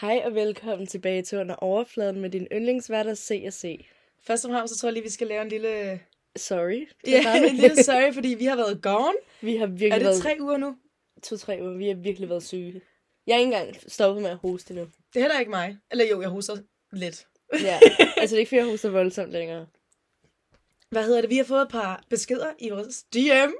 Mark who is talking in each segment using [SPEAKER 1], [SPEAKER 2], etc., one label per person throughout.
[SPEAKER 1] Hej og velkommen tilbage til Under Overfladen med din yndlingsværter C&C.
[SPEAKER 2] Først og fremmest, så tror jeg lige, vi skal lave en lille...
[SPEAKER 1] Sorry. til at
[SPEAKER 2] Ja,
[SPEAKER 1] starte
[SPEAKER 2] en
[SPEAKER 1] med.
[SPEAKER 2] lille sorry, fordi vi har været gone.
[SPEAKER 1] Vi har virkelig
[SPEAKER 2] Er det
[SPEAKER 1] været...
[SPEAKER 2] tre uger nu?
[SPEAKER 1] To-tre uger. Vi har virkelig været syge. Jeg er ikke engang stoppet med at hoste endnu.
[SPEAKER 2] Det er heller ikke mig. Eller jo, jeg hoster lidt.
[SPEAKER 1] Ja. altså, det er ikke, fordi jeg hoster voldsomt længere.
[SPEAKER 2] Hvad hedder det? Vi har fået et par beskeder i vores DM.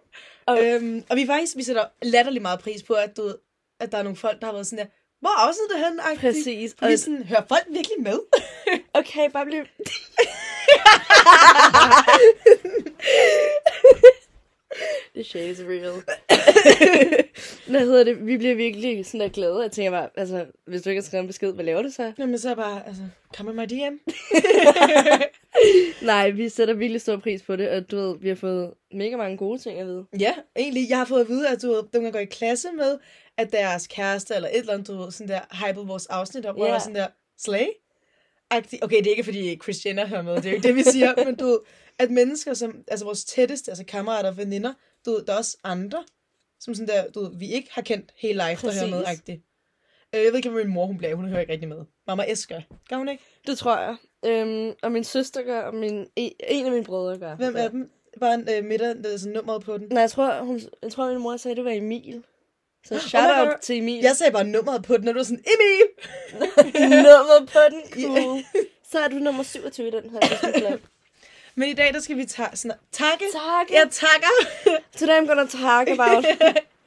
[SPEAKER 1] Og-
[SPEAKER 2] Og, øhm, og vi er faktisk, vi sætter latterlig meget pris på, at, du, ved, at der er nogle folk, der har været sådan der, hvor er afsnittet henne? agtigt?"
[SPEAKER 1] Præcis.
[SPEAKER 2] Og
[SPEAKER 1] Og,
[SPEAKER 2] vi er sådan, hører folk virkelig med?
[SPEAKER 1] okay, bare bliv... The shade is real. Hvad hedder det? Vi bliver virkelig sådan der glade. Jeg tænker bare, altså, hvis du ikke har skrevet en besked, hvad laver du så?
[SPEAKER 2] Jamen så er jeg bare, altså, kommer mig DM.
[SPEAKER 1] Nej, vi sætter virkelig stor pris på det, og du ved, vi har fået mega mange gode ting at vide.
[SPEAKER 2] Ja, egentlig. Jeg har fået at vide, at du ved, dem, jeg går i klasse med, at deres kæreste eller et eller andet, du ved, sådan der, hypede vores afsnit op, hvor
[SPEAKER 1] Ja.
[SPEAKER 2] yeah. sådan der, slay? Agtig. Okay, det er ikke, fordi Chris Jenner hører med, det er jo ikke det, vi siger, men du ved, at mennesker, som, altså vores tætteste, altså kammerater og veninder, du ved, der er også andre, som sådan der, du ved, vi ikke har kendt hele life, der hører med,
[SPEAKER 1] Præcis.
[SPEAKER 2] agtig. Øh, Jeg ved ikke, om min mor, hun bliver, hun hører ikke rigtig med. Mamma S gør. Gør hun ikke?
[SPEAKER 1] Det tror jeg. Øhm, og min søster gør, og min, e- en af mine brødre gør.
[SPEAKER 2] Hvem af dem? Bare en øh, midter, altså nummeret på den.
[SPEAKER 1] Nej, jeg tror, hun, jeg tror, min mor sagde, at det var Emil. Så shout
[SPEAKER 2] my
[SPEAKER 1] out
[SPEAKER 2] God.
[SPEAKER 1] til Emil.
[SPEAKER 2] Jeg sagde bare nummeret på den, og du var sådan, Emil!
[SPEAKER 1] Nummeret på den, cool. Så er du nummer 27 i den her. Disney-klub.
[SPEAKER 2] Men i dag, der skal vi ta- sådan, takke.
[SPEAKER 1] tak.
[SPEAKER 2] Jeg takker.
[SPEAKER 1] Today I'm gonna talk about...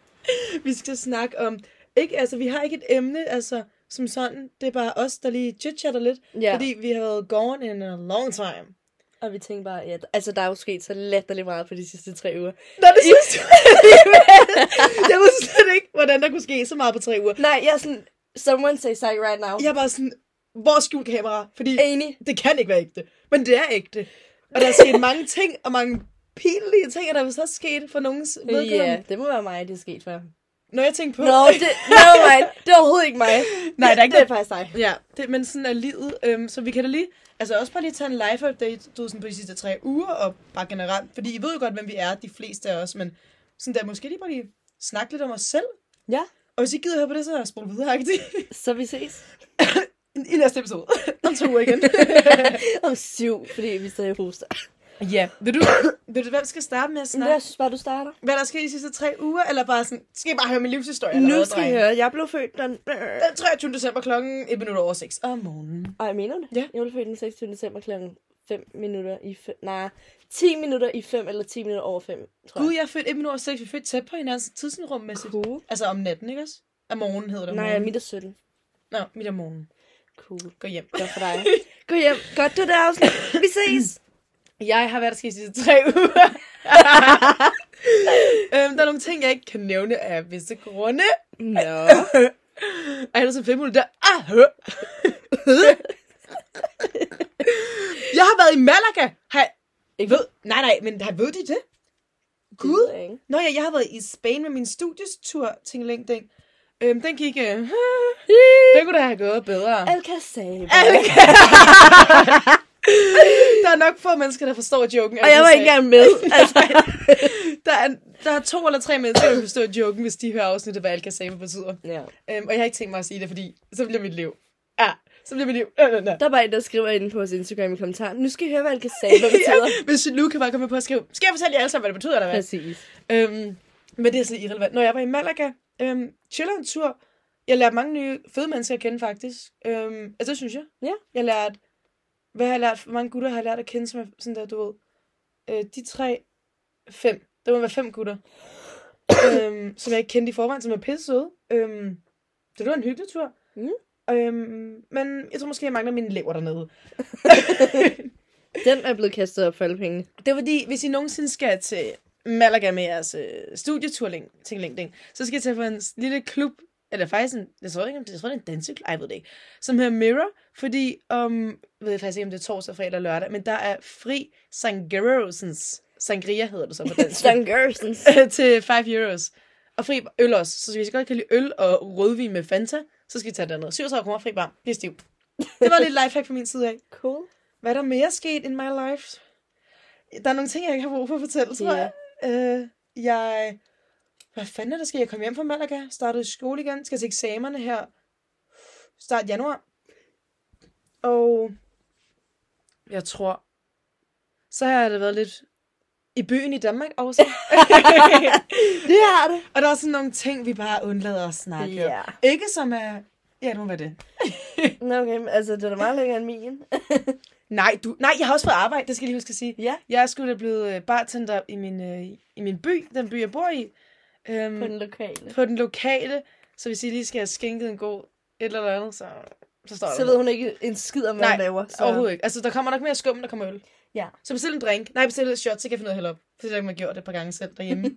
[SPEAKER 2] vi skal snakke om... Ikke, altså, vi har ikke et emne, altså, som sådan. Det er bare os, der lige chitchatter lidt.
[SPEAKER 1] ja,
[SPEAKER 2] Ja. Fordi vi har været gone in a long time.
[SPEAKER 1] og vi tænkte bare, ja, altså der er jo sket så latterligt meget på de sidste tre uger.
[SPEAKER 2] Nå, det synes du Jeg ved slet ikke, hvordan der kunne ske så meget på tre uger.
[SPEAKER 1] Nej, jeg er sådan, someone say psych right now.
[SPEAKER 2] Jeg er bare sådan, hvor er skjult kamera? Fordi
[SPEAKER 1] Enig.
[SPEAKER 2] det kan ikke være ægte. Men det er ægte. Og der er sket mange ting, og mange pinlige ting, og der er så sket for nogens vedkommende.
[SPEAKER 1] Ja,
[SPEAKER 2] Yeah.
[SPEAKER 1] det må være mig, det er sket for.
[SPEAKER 2] Når jeg tænker på...
[SPEAKER 1] Nå, det, never mind. Det er overhovedet ikke mig.
[SPEAKER 2] Nej, der er ikke
[SPEAKER 1] det er faktisk dig.
[SPEAKER 2] Ja, det, men sådan er livet. Øhm, så vi kan da lige, altså også bare lige tage en live update du, ved, sådan på de sidste tre uger, og bare generelt, fordi I ved jo godt, hvem vi er, de fleste af os, men sådan der, måske lige bare lige snakke lidt om os selv.
[SPEAKER 1] Ja,
[SPEAKER 2] Og hvis I gider høre på det, så er jeg spole videre, agtig.
[SPEAKER 1] så vi ses.
[SPEAKER 2] I næste episode. Om to uger igen.
[SPEAKER 1] Om syv, fordi vi stadig hoster.
[SPEAKER 2] ja. Vil du, vil du, hvem skal starte med at
[SPEAKER 1] Men jeg
[SPEAKER 2] snakke?
[SPEAKER 1] synes bare, du starter.
[SPEAKER 2] Hvad der sker i de sidste tre uger, eller bare sådan, skal I bare høre min livshistorie? eller
[SPEAKER 1] Nu
[SPEAKER 2] hvad,
[SPEAKER 1] skal I
[SPEAKER 2] drenge?
[SPEAKER 1] høre, jeg blev født den...
[SPEAKER 2] Den 23. december klokken 1 minut over 6 om morgenen.
[SPEAKER 1] Ej, mener du det?
[SPEAKER 2] Ja.
[SPEAKER 1] Jeg blev født den 26. december klokken 5 minutter i 5... Nej, 10 minutter i 5 eller 10 minutter over 5, tror jeg.
[SPEAKER 2] Gud, jeg er født 1 minut over 6. Vi er født tæt på hinanden tidsrummæssigt.
[SPEAKER 1] Cool.
[SPEAKER 2] Altså om natten, ikke også? Om morgenen hedder det. om
[SPEAKER 1] Nej,
[SPEAKER 2] morgenen.
[SPEAKER 1] mit er 17.
[SPEAKER 2] Nå, midt om morgenen.
[SPEAKER 1] Cool.
[SPEAKER 2] Gå hjem.
[SPEAKER 1] Godt for dig. Gå hjem. Godt, du er der, afsnit. Vi ses.
[SPEAKER 2] Jeg har været der sket de sidste tre uger. øhm, der er nogle ting, jeg ikke kan nævne af visse grunde.
[SPEAKER 1] Nå.
[SPEAKER 2] Ej, der er så fem minutter der. Ah, hø. jeg har været i Malaga. Har jeg...
[SPEAKER 1] Ikke-
[SPEAKER 2] Ved... Nej, nej, men har ved de det? Gud.
[SPEAKER 1] Det ved jeg ikke.
[SPEAKER 2] Nå ja, jeg har været i Spanien med min studietur, ting ding. Øhm, den gik... Øh... den kunne da have gået bedre.
[SPEAKER 1] Alcazaba.
[SPEAKER 2] Der er nok få mennesker, der forstår joken.
[SPEAKER 1] Og jeg var ikke engang med. Altså,
[SPEAKER 2] Der er, der er to eller tre mennesker, der forstår joken, hvis de hører afsnittet, hvad Alkazama betyder.
[SPEAKER 1] ja.
[SPEAKER 2] Øhm, og jeg har ikke tænkt mig at sige det, fordi så bliver mit liv. Ja, så bliver mit liv. Øh, øh, øh.
[SPEAKER 1] Der er bare en, der skriver inde på vores Instagram i kommentaren. Nu skal I høre, hvad Alcazaba betyder.
[SPEAKER 2] Hvis nu kan bare komme på at skrive, skal jeg fortælle jer alle sammen, hvad det betyder, eller hvad?
[SPEAKER 1] Præcis.
[SPEAKER 2] Øhm, men det er sådan irrelevant. Når jeg var i Malaga, øhm, chiller en tur. Jeg lærte mange nye fede mennesker at kende, faktisk. Øhm, altså, det synes jeg.
[SPEAKER 1] Ja.
[SPEAKER 2] Jeg lærte, hvad har jeg lært? Hvor mange gutter har jeg lært at kende, som er sådan der, du ved. Øh, de tre, fem. Der må være fem gutter. øhm, som jeg ikke kendte i forvejen, som er pisse søde. Øhm, det var en hyggelig tur.
[SPEAKER 1] Mm.
[SPEAKER 2] Øhm, men jeg tror måske, jeg mangler mine lever dernede.
[SPEAKER 1] Den er blevet kastet op for alle pengene.
[SPEAKER 2] Det er fordi, hvis I nogensinde skal til Malaga med jeres øh, studietur, ting- ting- ting- ting, så skal I tage på en s- lille klub, eller faktisk en, jeg tror ikke, om det, jeg tror, det er en danseklub, ej, jeg ved det ikke, som hedder Mirror, fordi om, ved jeg faktisk ikke, om det er torsdag, fredag og lørdag, men der er fri sangerosens, sangria hedder det så på dansk, øh,
[SPEAKER 1] Stan Gersens.
[SPEAKER 2] til 5 euros. Og fri øl også, så hvis I godt kan lide øl og rødvin med Fanta, så skal I tage derned. 37 kroner fri bar, bliver stiv. Det var lidt lifehack fra min side af.
[SPEAKER 1] Cool.
[SPEAKER 2] Hvad er der mere sket in my life? Der er nogle ting, jeg ikke har brug for at fortælle, tror
[SPEAKER 1] Ja.
[SPEAKER 2] yeah. jeg. Øh, jeg... Hvad fanden er der sket? Jeg kom hjem fra Malaga, startede i skole igen, skal til eksamerne her Start januar. Og jeg tror, så har jeg da været lidt i byen i Danmark også.
[SPEAKER 1] Det har det.
[SPEAKER 2] og der er sådan nogle ting, vi bare undlader at snakke
[SPEAKER 1] Ja.
[SPEAKER 2] om. Ikke som er... Ja, nu var det.
[SPEAKER 1] Nå, okay, men altså, det er da meget længere end min.
[SPEAKER 2] Nej, du... Nej, jeg har også fået arbejde, det skal jeg lige huske at sige.
[SPEAKER 1] ja,
[SPEAKER 2] Jeg er sgu da blevet øh, bartender i min, øh, i min by, den by, jeg bor i. Øhm,
[SPEAKER 1] på den lokale.
[SPEAKER 2] på den lokale, så hvis I lige skal have skænket en god et eller andet, så, så står der
[SPEAKER 1] Så ved hun ikke en skid om, hvad
[SPEAKER 2] Nej,
[SPEAKER 1] hun laver. Så...
[SPEAKER 2] så... overhovedet ikke. Altså, der kommer nok mere skum, end der kommer øl.
[SPEAKER 1] Ja.
[SPEAKER 2] Så bestil en drink. Nej, bestil et shot, så kan jeg finde noget hælde op. For det har man gjort et par gange selv derhjemme.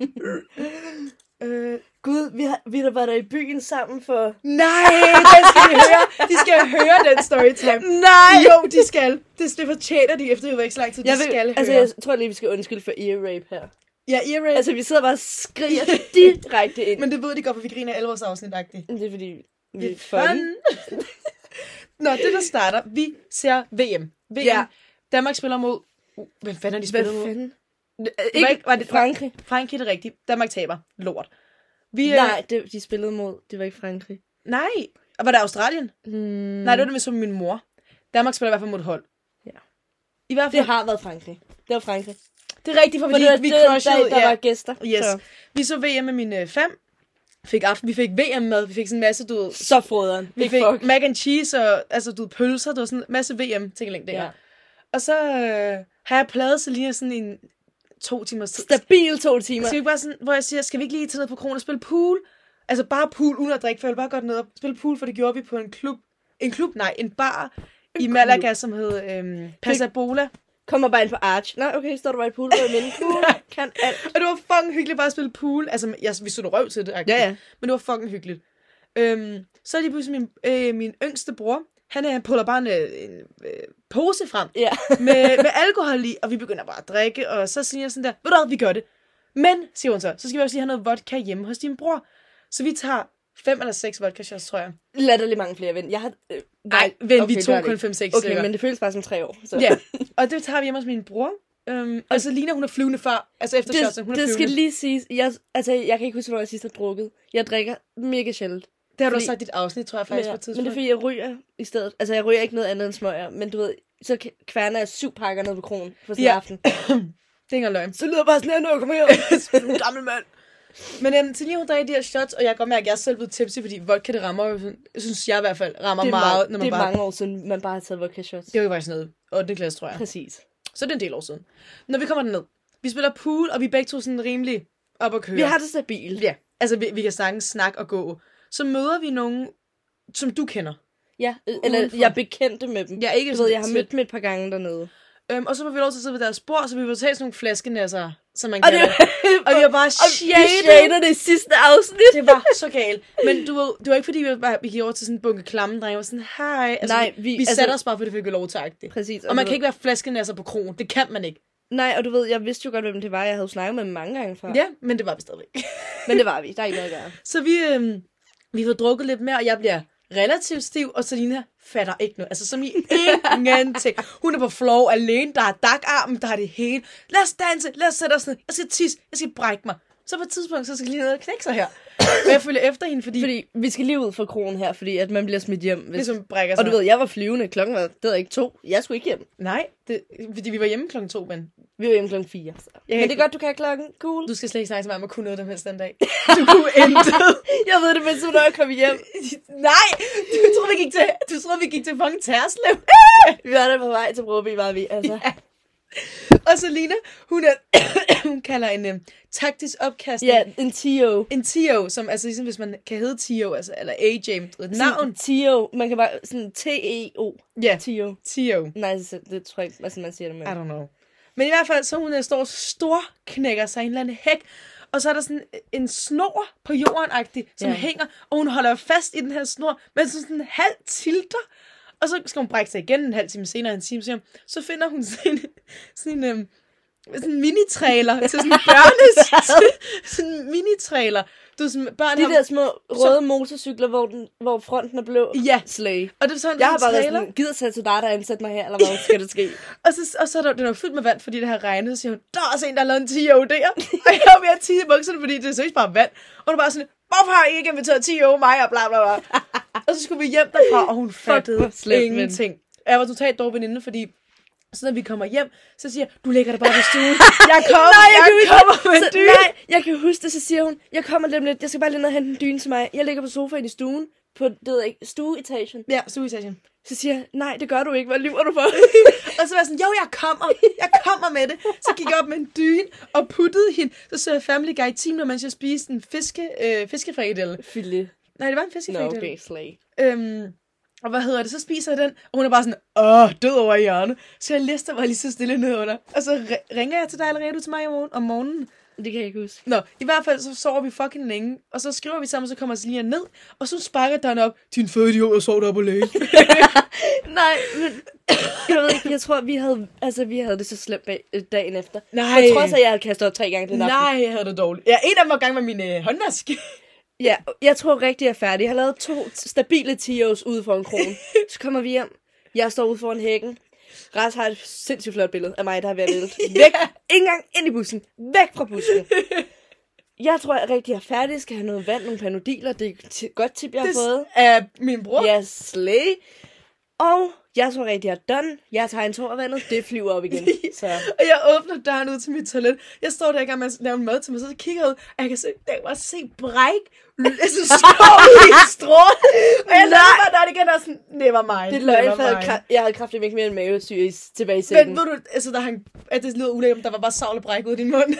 [SPEAKER 2] øh,
[SPEAKER 1] Gud, vi, har, vi der var der i byen sammen for...
[SPEAKER 2] nej, det skal de høre. De skal høre den storytime.
[SPEAKER 1] Nej!
[SPEAKER 2] Jo, de skal. Det, det fortjener de efter, jo ikke så lang tid. De
[SPEAKER 1] Jeg,
[SPEAKER 2] skal høre.
[SPEAKER 1] vil, altså, jeg tror lige, vi skal undskylde for ear rape her.
[SPEAKER 2] Ja, ear rape. Altså...
[SPEAKER 1] Altså, vi sidder bare og skriger direkte ind. Men...
[SPEAKER 2] Men det ved de godt, for vi griner af alvorsafsnit-agtigt.
[SPEAKER 1] Det er fordi, vi
[SPEAKER 2] Vi
[SPEAKER 1] er fun.
[SPEAKER 2] Nå, det der starter. Vi ser VM. VM.
[SPEAKER 1] Ja.
[SPEAKER 2] Ja. Danmark spiller mod... Uh, hvem fanden har de
[SPEAKER 1] Hvad
[SPEAKER 2] spillet mod?
[SPEAKER 1] fanden?
[SPEAKER 2] var
[SPEAKER 1] Ikke,
[SPEAKER 2] ikke- var det-
[SPEAKER 1] Frankrig?
[SPEAKER 2] Frankrig er det rigtigt. Danmark taber. Lort. Vi, øh,
[SPEAKER 1] Nej, det, de spillede mod. Det var ikke Frankrig.
[SPEAKER 2] Nej. Og var det Australien?
[SPEAKER 1] Hmm.
[SPEAKER 2] Mm. Nej, det var det med som min mor. Danmark spiller i hvert fald mod et hold.
[SPEAKER 1] Ja.
[SPEAKER 2] I hvert
[SPEAKER 1] Det
[SPEAKER 2] fald. Det,
[SPEAKER 1] har været Frankrig. Det var Frankrig.
[SPEAKER 2] det er rigtigt, for,
[SPEAKER 1] For
[SPEAKER 2] fordi
[SPEAKER 1] det var
[SPEAKER 2] vi
[SPEAKER 1] den
[SPEAKER 2] crushede.
[SPEAKER 1] dag, der
[SPEAKER 2] ja.
[SPEAKER 1] var gæster.
[SPEAKER 2] Yes.
[SPEAKER 1] Så,
[SPEAKER 2] Vi så VM med mine øh, fem. Fik aften. Vi fik VM med. Vi fik sådan en masse, du ved,
[SPEAKER 1] så froderen.
[SPEAKER 2] Vi fik fuck. mac and cheese og altså, du ved, pølser. Der var sådan en masse VM ting længe
[SPEAKER 1] Ja.
[SPEAKER 2] ja. Og så øh, har jeg pladet Selina sådan en to timers tid.
[SPEAKER 1] Stabil to timer.
[SPEAKER 2] Skal vi ikke bare sådan, hvor jeg siger, skal vi ikke lige tage ned på krogen og spille pool? Altså bare pool uden at drikke, for jeg vil bare godt ned og spille pool, for det gjorde vi på en klub. En klub? Nej, en bar i Malaga, som hed øhm, Passabola.
[SPEAKER 1] Kommer bare ind på Arch. Nej, okay, står du bare i et pool, hvor jeg mener, cool, kan alt.
[SPEAKER 2] Og det var fucking hyggeligt bare at spille pool. Altså, jeg, vi stod røv til det. agtigt.
[SPEAKER 1] ja.
[SPEAKER 2] Men det var fucking hyggeligt. Øhm, så er lige pludselig min, øh, min yngste bror, han, øh, han puller bare en, øh, en øh, pose frem
[SPEAKER 1] Ja.
[SPEAKER 2] med, med alkohol i, og vi begynder bare at drikke, og så siger jeg sådan der, ved du hvad, vi gør det. Men, siger hun så, så skal vi også lige have noget vodka hjemme hos din bror. Så vi tager fem eller seks vodka shots, tror jeg.
[SPEAKER 1] Latterligt mange flere ven. Jeg har... Øh,
[SPEAKER 2] Nej, vent, okay, vi
[SPEAKER 1] det
[SPEAKER 2] tog
[SPEAKER 1] er det
[SPEAKER 2] kun
[SPEAKER 1] ikke.
[SPEAKER 2] fem, seks
[SPEAKER 1] Okay, men det føles bare som tre år. Så.
[SPEAKER 2] Ja, og det tager vi hjemme hos min bror. Øhm, og så ligner hun er flyvende før, altså efter shots, hun er
[SPEAKER 1] Det, det
[SPEAKER 2] flyvende.
[SPEAKER 1] skal lige siges. Jeg, altså, jeg kan ikke huske, hvornår jeg sidst har drukket. Jeg drikker mega sjældent.
[SPEAKER 2] det har du
[SPEAKER 1] fordi-
[SPEAKER 2] også sagt i dit afsnit, tror jeg
[SPEAKER 1] Men,
[SPEAKER 2] faktisk,
[SPEAKER 1] jeg,
[SPEAKER 2] på et
[SPEAKER 1] men det
[SPEAKER 2] tidspunkt.
[SPEAKER 1] er fordi, jeg ryger i stedet. Altså, jeg ryger ikke noget andet end smøger. Men du ved, så k- kværner jeg syv pakker ned på kronen for sådan en
[SPEAKER 2] Ja.
[SPEAKER 1] aften.
[SPEAKER 2] det er ikke engang løgn.
[SPEAKER 1] Så lyder bare sådan her, når jeg kommer her.
[SPEAKER 2] en gammel mand. Men øhm, til lige hun drikker de her shots, og jeg kan godt mærke, at jeg er selv blevet tipsy, fordi vodka, det rammer jo sådan, synes jeg i hvert fald, rammer
[SPEAKER 1] Det er,
[SPEAKER 2] meget,
[SPEAKER 1] meget, det
[SPEAKER 2] når man
[SPEAKER 1] er
[SPEAKER 2] bare...
[SPEAKER 1] mange år siden, man bare har taget vodka shots.
[SPEAKER 2] Det var jo faktisk noget 8. klasse, tror jeg.
[SPEAKER 1] Præcis.
[SPEAKER 2] Så det er en del år siden. Når vi kommer derned, vi spiller pool, og vi er begge to sådan rimelig op at køre.
[SPEAKER 1] Vi har det stabilt.
[SPEAKER 2] Ja, altså vi, vi kan snakke, snakke og gå. Så møder vi nogen, som du kender.
[SPEAKER 1] Ja, øh, eller
[SPEAKER 2] Udenfor.
[SPEAKER 1] jeg er bekendte med dem.
[SPEAKER 2] Jeg er ikke
[SPEAKER 1] Du ved,
[SPEAKER 2] sådan-
[SPEAKER 1] jeg har mødt dem et par gange dernede.
[SPEAKER 2] Øhm, og så får vi lov til at sidde ved deres bord, så vi vil tage sådan nogle flaskenasser, som man
[SPEAKER 1] Og
[SPEAKER 2] kalder
[SPEAKER 1] det
[SPEAKER 2] det. Og vi var bare
[SPEAKER 1] og vi
[SPEAKER 2] shaded.
[SPEAKER 1] shader det i sidste afsnit.
[SPEAKER 2] Det var så galt. Men du ved, det var ikke fordi, vi, var bare, vi gik over til sådan en bunke klamme drenge og var sådan, hej. Altså,
[SPEAKER 1] Nej,
[SPEAKER 2] vi,
[SPEAKER 1] vi-
[SPEAKER 2] vi
[SPEAKER 1] altså-
[SPEAKER 2] altså, satte os bare, fordi vi fik lov til agtigt.
[SPEAKER 1] Præcis.
[SPEAKER 2] Og man
[SPEAKER 1] du
[SPEAKER 2] kan ikke være flaskenasser på krogen. Det kan man ikke.
[SPEAKER 1] ved- Nej, og du ved, jeg vidste jo godt, hvem det var. Jeg havde jo snakket med dem mange gange før.
[SPEAKER 2] Ja, men det var vi stadigvæk.
[SPEAKER 1] Men det var vi. Der er ikke noget at gøre.
[SPEAKER 2] Så vi, øhm, vi får drukket lidt mere, og jeg bliver relativt stiv, og Selina fatter ikke noget. Altså, som i ingenting. Hun er på floor alene, der er dagarmen, der er det hele. Lad os danse, lad os sætte os ned. Jeg skal tisse, jeg skal brække mig. Så på et tidspunkt, så skal Selina ned og knække sig her. Men jeg følger efter hende, fordi, fordi
[SPEAKER 1] Fordi vi skal lige ud fra krogen her, fordi at man bliver smidt hjem. Hvis...
[SPEAKER 2] ligesom brækker sig.
[SPEAKER 1] Og du ved, jeg var flyvende. Klokken var, det var ikke to. Jeg skulle ikke hjem.
[SPEAKER 2] Nej, det, fordi vi var hjemme klokken to, men
[SPEAKER 1] Vi var hjemme klokken fire. Så.
[SPEAKER 2] kan
[SPEAKER 1] Men det
[SPEAKER 2] ikke-
[SPEAKER 1] er godt, du kan have klokken. Cool.
[SPEAKER 2] du skal slet ikke snakke så meget om at kunne noget dem helst den dag. Du kunne intet.
[SPEAKER 1] Jeg ved det, men så når jeg kom hjem.
[SPEAKER 2] Nej, du troede, vi gik til, du troede, vi gik til fucking Terslev.
[SPEAKER 1] Vi var der på vej til Broby, var vi. Altså, ja,
[SPEAKER 2] Og Selina, hun, er, hun kalder en um, taktisk opkast.
[SPEAKER 1] ja en Tio.
[SPEAKER 2] En Tio, som altså ligesom hvis man kan hedde Tio, altså, eller AJ, med et navn.
[SPEAKER 1] Tio. Man kan bare sådan E T-E-O.
[SPEAKER 2] Ja,
[SPEAKER 1] Tio.
[SPEAKER 2] Tio.
[SPEAKER 1] Nej, så, det tror jeg ikke, altså, man siger det med.
[SPEAKER 2] I don't know. Men i hvert fald, så hun øh, står og storknækker sig i en eller anden hæk, og så er der sådan en snor på jorden som
[SPEAKER 1] Ja.
[SPEAKER 2] hænger, og hun holder fast i den her snor, men sådan, sådan halv tilter. Og så skal hun brække sig igen en halv time senere, en time senere. Så finder hun sådan, en- sådan en, øhm, sådan en mini-trailer til sådan en børnes... sådan en mini-trailer. Du ved, sådan, børn
[SPEAKER 1] De
[SPEAKER 2] har-
[SPEAKER 1] der små røde motorcykler, hvor, den, hvor fronten er blå.
[SPEAKER 2] Ja,
[SPEAKER 1] Slay.
[SPEAKER 2] og det er sådan,
[SPEAKER 1] Jeg har bare været
[SPEAKER 2] trailer.
[SPEAKER 1] sådan, gider tage til dig, der ansætter mig her, eller hvad skal der ske?
[SPEAKER 2] Og så, og så er der, den er fyldt med vand, fordi det har regnet. Så siger hun, der er også en, der har lavet en 10 der. Og jeg er ved at tisse i bukserne, fordi det er seriøst bare vand. Og du er bare sådan, hvorfor har I ikke inviteret 10 euro mig, og bla bla bla. og så skulle vi hjem derfra, og hun fattede
[SPEAKER 1] slemt, men-
[SPEAKER 2] ingenting. Og Jeg var totalt dårlig veninde, fordi så når vi kommer hjem, så siger jeg, du lægger dig bare på stuen. Jeg kommer,
[SPEAKER 1] Nej,
[SPEAKER 2] nej,
[SPEAKER 1] jeg
[SPEAKER 2] jeg,
[SPEAKER 1] kan ikke-
[SPEAKER 2] jeg kommer med
[SPEAKER 1] Så,
[SPEAKER 2] dyne.
[SPEAKER 1] nej, jeg kan huske det, så siger hun, jeg kommer lidt om lidt, jeg skal bare lige ned og hente en dyne til mig. Jeg ligger på sofaen i stuen, på det ved jeg ikke, stueetagen.
[SPEAKER 2] Ja, studiesession.
[SPEAKER 1] Så siger jeg, nej, det gør du ikke, hvad lyver du for?
[SPEAKER 2] Og så var jeg sådan, jo, jeg kommer, jeg kommer med det. Så gik jeg op med en dyne og puttede hende. Så så jeg Family Guy 10 minutter, mens jeg spiste en fiske, øh, fiskefrikadelle.
[SPEAKER 1] Fylde.
[SPEAKER 2] Nej, det var en
[SPEAKER 1] Nå,
[SPEAKER 2] fiskefrikadelle.
[SPEAKER 1] okay, slag.
[SPEAKER 2] Øhm, og hvad hedder det? Så spiser jeg den, og hun er bare sådan, åh, død over i hjørnet. Så jeg lister mig lige så stille ned under. Og så ri- ringer jeg til dig, eller ringer du til mig om morgen- om morgenen?
[SPEAKER 1] Det kan jeg ikke huske.
[SPEAKER 2] Nå, i hvert fald så sover vi fucking længe, og så skriver vi sammen, og så kommer Celia ned, og så sparker den op, din fede idiot, jeg sov deroppe alene.
[SPEAKER 1] Nej, men jeg ved ikke, jeg tror, vi havde, altså, vi havde det så slemt bag, øh, dagen efter.
[SPEAKER 2] Nej.
[SPEAKER 1] Jeg tror også, at jeg havde kastet op tre gange den aften.
[SPEAKER 2] Nej, jeg havde det dårligt. Ja, en af dem var gang med min øh, håndvask.
[SPEAKER 1] Ja, jeg tror rigtig, jeg er færdig. Jeg har lavet to t- stabile 10 ude for en krone. Så kommer vi hjem. Jeg står ude foran hækken. Ras har et sindssygt flot billede af mig, der har været lidt. Væk. Ikke engang ind i bussen. Væk fra bussen. Jeg tror, jeg rigtig er færdig. Jeg skal have noget vand, nogle panodiler. Det er et ti- godt tip, jeg har fået.
[SPEAKER 2] af min bror.
[SPEAKER 1] Jeg er slæg. Og jeg tror rigtig, jeg er done. Jeg tager en tår af vandet. Det flyver op igen. Så
[SPEAKER 2] Og jeg åbner døren ud til mit toilet. Jeg står der i gang med at lave en mad til mig, så kigger jeg ud, og jeg kan se, der var se bræk. Altså slå ud i en stråle. Og jeg lader bare døren igen, og er sådan, never mind.
[SPEAKER 1] det er
[SPEAKER 2] never
[SPEAKER 1] løgn, for jeg havde
[SPEAKER 2] mind."
[SPEAKER 1] kra- jeg havde kraftigt ikke mere end mavesyre i- tilbage i sengen.
[SPEAKER 2] Men ved du, altså, der hang, at det lyder ulækkert, men der var bare savl og bræk ud i din mund.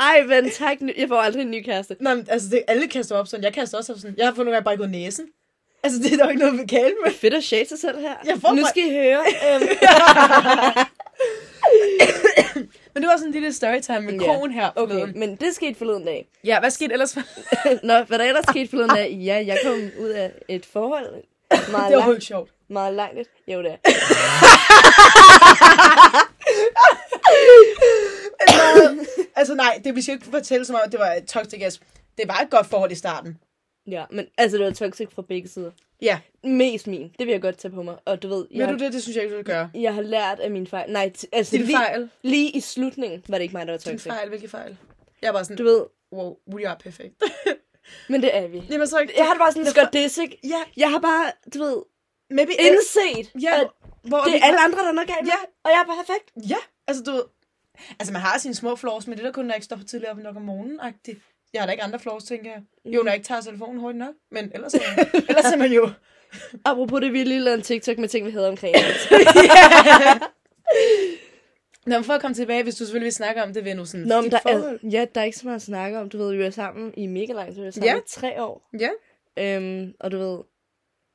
[SPEAKER 1] Ej, men tak. nu- Jeg får aldrig en ny kæreste.
[SPEAKER 2] Nej, men, altså, det, alle kaster op sådan. Jeg kaster også op sådan. Jeg har fået nogle gange bare gået næsen. Altså, det er der ikke noget ved kælen med.
[SPEAKER 1] Fedt at shade sig selv her.
[SPEAKER 2] Jeg får
[SPEAKER 1] nu
[SPEAKER 2] mig-
[SPEAKER 1] skal I høre. Øhm,
[SPEAKER 2] Men det var sådan en lille storytime med
[SPEAKER 1] Ja.
[SPEAKER 2] krogen her.
[SPEAKER 1] okay, men det skete forleden dag.
[SPEAKER 2] Ja, hvad skete ellers for?
[SPEAKER 1] Nå, hvad der ellers skete forleden dag? Ja, jeg kom ud af et forhold. Meget
[SPEAKER 2] det var
[SPEAKER 1] langt.
[SPEAKER 2] helt sjovt.
[SPEAKER 1] Meget langt. et- Jo, det er.
[SPEAKER 2] altså nej, det vi skal ikke fortælle som om, at det var et toxic as. Det var et godt forhold i starten.
[SPEAKER 1] Ja, men altså, det var toxic fra begge sider.
[SPEAKER 2] Ja.
[SPEAKER 1] Mest min. Det vil jeg godt tage på mig. Og du ved, jeg,
[SPEAKER 2] Ved du det? Det synes jeg ikke, du skal gøre.
[SPEAKER 1] jeg har lært af mine fejl. Nej, t- altså
[SPEAKER 2] Din
[SPEAKER 1] lige,
[SPEAKER 2] fejl?
[SPEAKER 1] lige i slutningen var det ikke mig, der var
[SPEAKER 2] Din
[SPEAKER 1] toxic.
[SPEAKER 2] fejl, hvilke fejl? Jeg er bare sådan,
[SPEAKER 1] Du ved,
[SPEAKER 2] wow, we are perfect.
[SPEAKER 1] men det er vi.
[SPEAKER 2] Jamen så ikke.
[SPEAKER 1] Jeg har det bare sådan,
[SPEAKER 2] Jeg
[SPEAKER 1] det skal diss, ikke?
[SPEAKER 2] Ja,
[SPEAKER 1] Jeg har bare, du ved,
[SPEAKER 2] maybe else.
[SPEAKER 1] indset,
[SPEAKER 2] Ja,
[SPEAKER 1] at
[SPEAKER 2] hvor
[SPEAKER 1] det er alle andre, der er noget galt med,
[SPEAKER 2] Ja.
[SPEAKER 1] og jeg er perfekt.
[SPEAKER 2] Ja, altså du ved, altså man har sine små flaws, men det der kun, når jeg ikke står for tidligere op nok om morgenen, -agtigt. Jeg har da ikke andre flaws, tænker jeg.
[SPEAKER 1] Mm.
[SPEAKER 2] Jo, når jeg ikke tager telefonen hurtigt nok, men ellers er man, ellers er man jo.
[SPEAKER 1] Apropos det, vi lige lavede en TikTok med ting, vi havde omkring.
[SPEAKER 2] Nå, men for at komme tilbage, hvis du selvfølgelig vil snakke om det, ved nu sådan
[SPEAKER 1] Nå, men
[SPEAKER 2] dit
[SPEAKER 1] der er,
[SPEAKER 2] forhold.
[SPEAKER 1] ja, der er ikke så meget at snakke om. Du ved, vi var sammen i mega lang tid. Vi var sammen
[SPEAKER 2] Ja.
[SPEAKER 1] i tre år.
[SPEAKER 2] Ja.
[SPEAKER 1] Øhm, og du ved,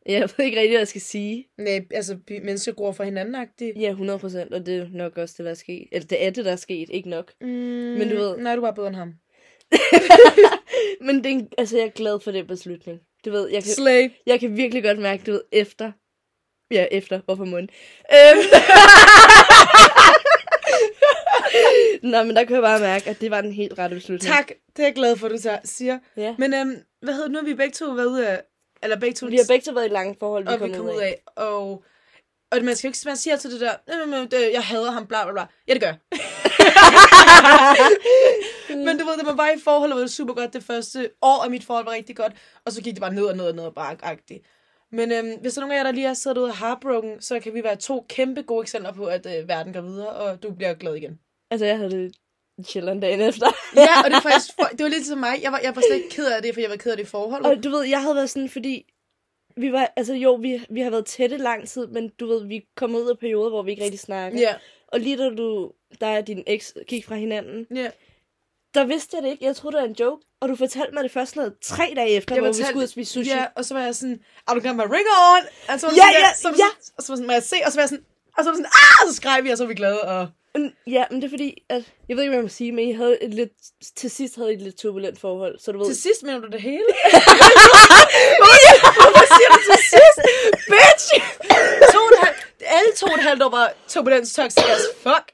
[SPEAKER 1] jeg ved ikke rigtig, hvad jeg skal sige.
[SPEAKER 2] Nej, altså vi- mennesker gror for hinanden -agtigt.
[SPEAKER 1] Ja, 100 procent, og det er nok også det, der er sket. Eller det er det, der er sket, ikke nok.
[SPEAKER 2] Mm,
[SPEAKER 1] Men du ved-
[SPEAKER 2] Nej, du var bedre end ham.
[SPEAKER 1] Men det er, en- altså, jeg er glad for den beslutning. Du ved, jeg kan,
[SPEAKER 2] Slay.
[SPEAKER 1] jeg kan virkelig godt mærke, du ved, efter... Ja, efter. Hvorfor munden? Øhm. Nå, men der kunne jeg bare mærke, at det var den helt rette beslutning.
[SPEAKER 2] Tak, det er jeg glad for, du tager- siger.
[SPEAKER 1] Ja.
[SPEAKER 2] Men øhm, hvad hedder det? nu har vi begge to været ude af, eller begge to,
[SPEAKER 1] Vi har begge to været i lange forhold, vi
[SPEAKER 2] og
[SPEAKER 1] kom ud af.
[SPEAKER 2] og, og man skal jo ikke, man siger altid det der, "Øh, øh, øh, jeg hader ham, bla bla bla. Ja, det gør jeg. Men du ved, det man var i et forhold, og det var super godt det første år, og mit forhold var rigtig godt, og så gik det bare ned og ned og ned og brak-agtigt. Men øhm, hvis der er nogen af jer, der lige har siddet ude og heartbroken, så kan vi være to kæmpe gode eksempler på, at øh, verden går videre, og du bliver glad igen.
[SPEAKER 1] Altså, jeg havde det chilleren dagen efter.
[SPEAKER 2] Ja, og det er faktisk, for, det var lidt som mig. Jeg var, jeg var slet ikke ked af det, for jeg var ked af det i forholdet.
[SPEAKER 1] Og du ved, jeg havde været sådan, fordi... Vi var, altså jo, vi, vi har været tætte lang tid, men du ved, vi kom ud af perioder, hvor vi ikke rigtig snakker.
[SPEAKER 2] Ja,
[SPEAKER 1] Og lige da du, dig og din eks gik fra hinanden,
[SPEAKER 2] ja.
[SPEAKER 1] der vidste jeg det ikke. Jeg troede, det var en joke. Og du fortalte mig det først noget tre dage efter,
[SPEAKER 2] Jeg
[SPEAKER 1] hvor vi
[SPEAKER 2] fortalte-
[SPEAKER 1] skulle ud og spise sushi.
[SPEAKER 2] Ja, og så var jeg sådan, er du gerne med ring on? Og så var
[SPEAKER 1] Ja,
[SPEAKER 2] sådan,
[SPEAKER 1] ja,
[SPEAKER 2] så var det
[SPEAKER 1] ja.
[SPEAKER 2] Sådan, og så var sådan, må jeg se? Og så var jeg sådan, og så var det sådan, ah, så skreg vi, og så var vi glade. Og...
[SPEAKER 1] Men, Mm, ja, men det er fordi, at, jeg ved ikke, hvad man må sige, men I havde et lidt, til sidst havde I et lidt turbulent forhold, så du ved...
[SPEAKER 2] Til sidst mener du det hele? Hvorfor hvorfor siger du til sidst? Bitch! to og et halvt, alle to og et halvt år var turbulens toxic as fuck.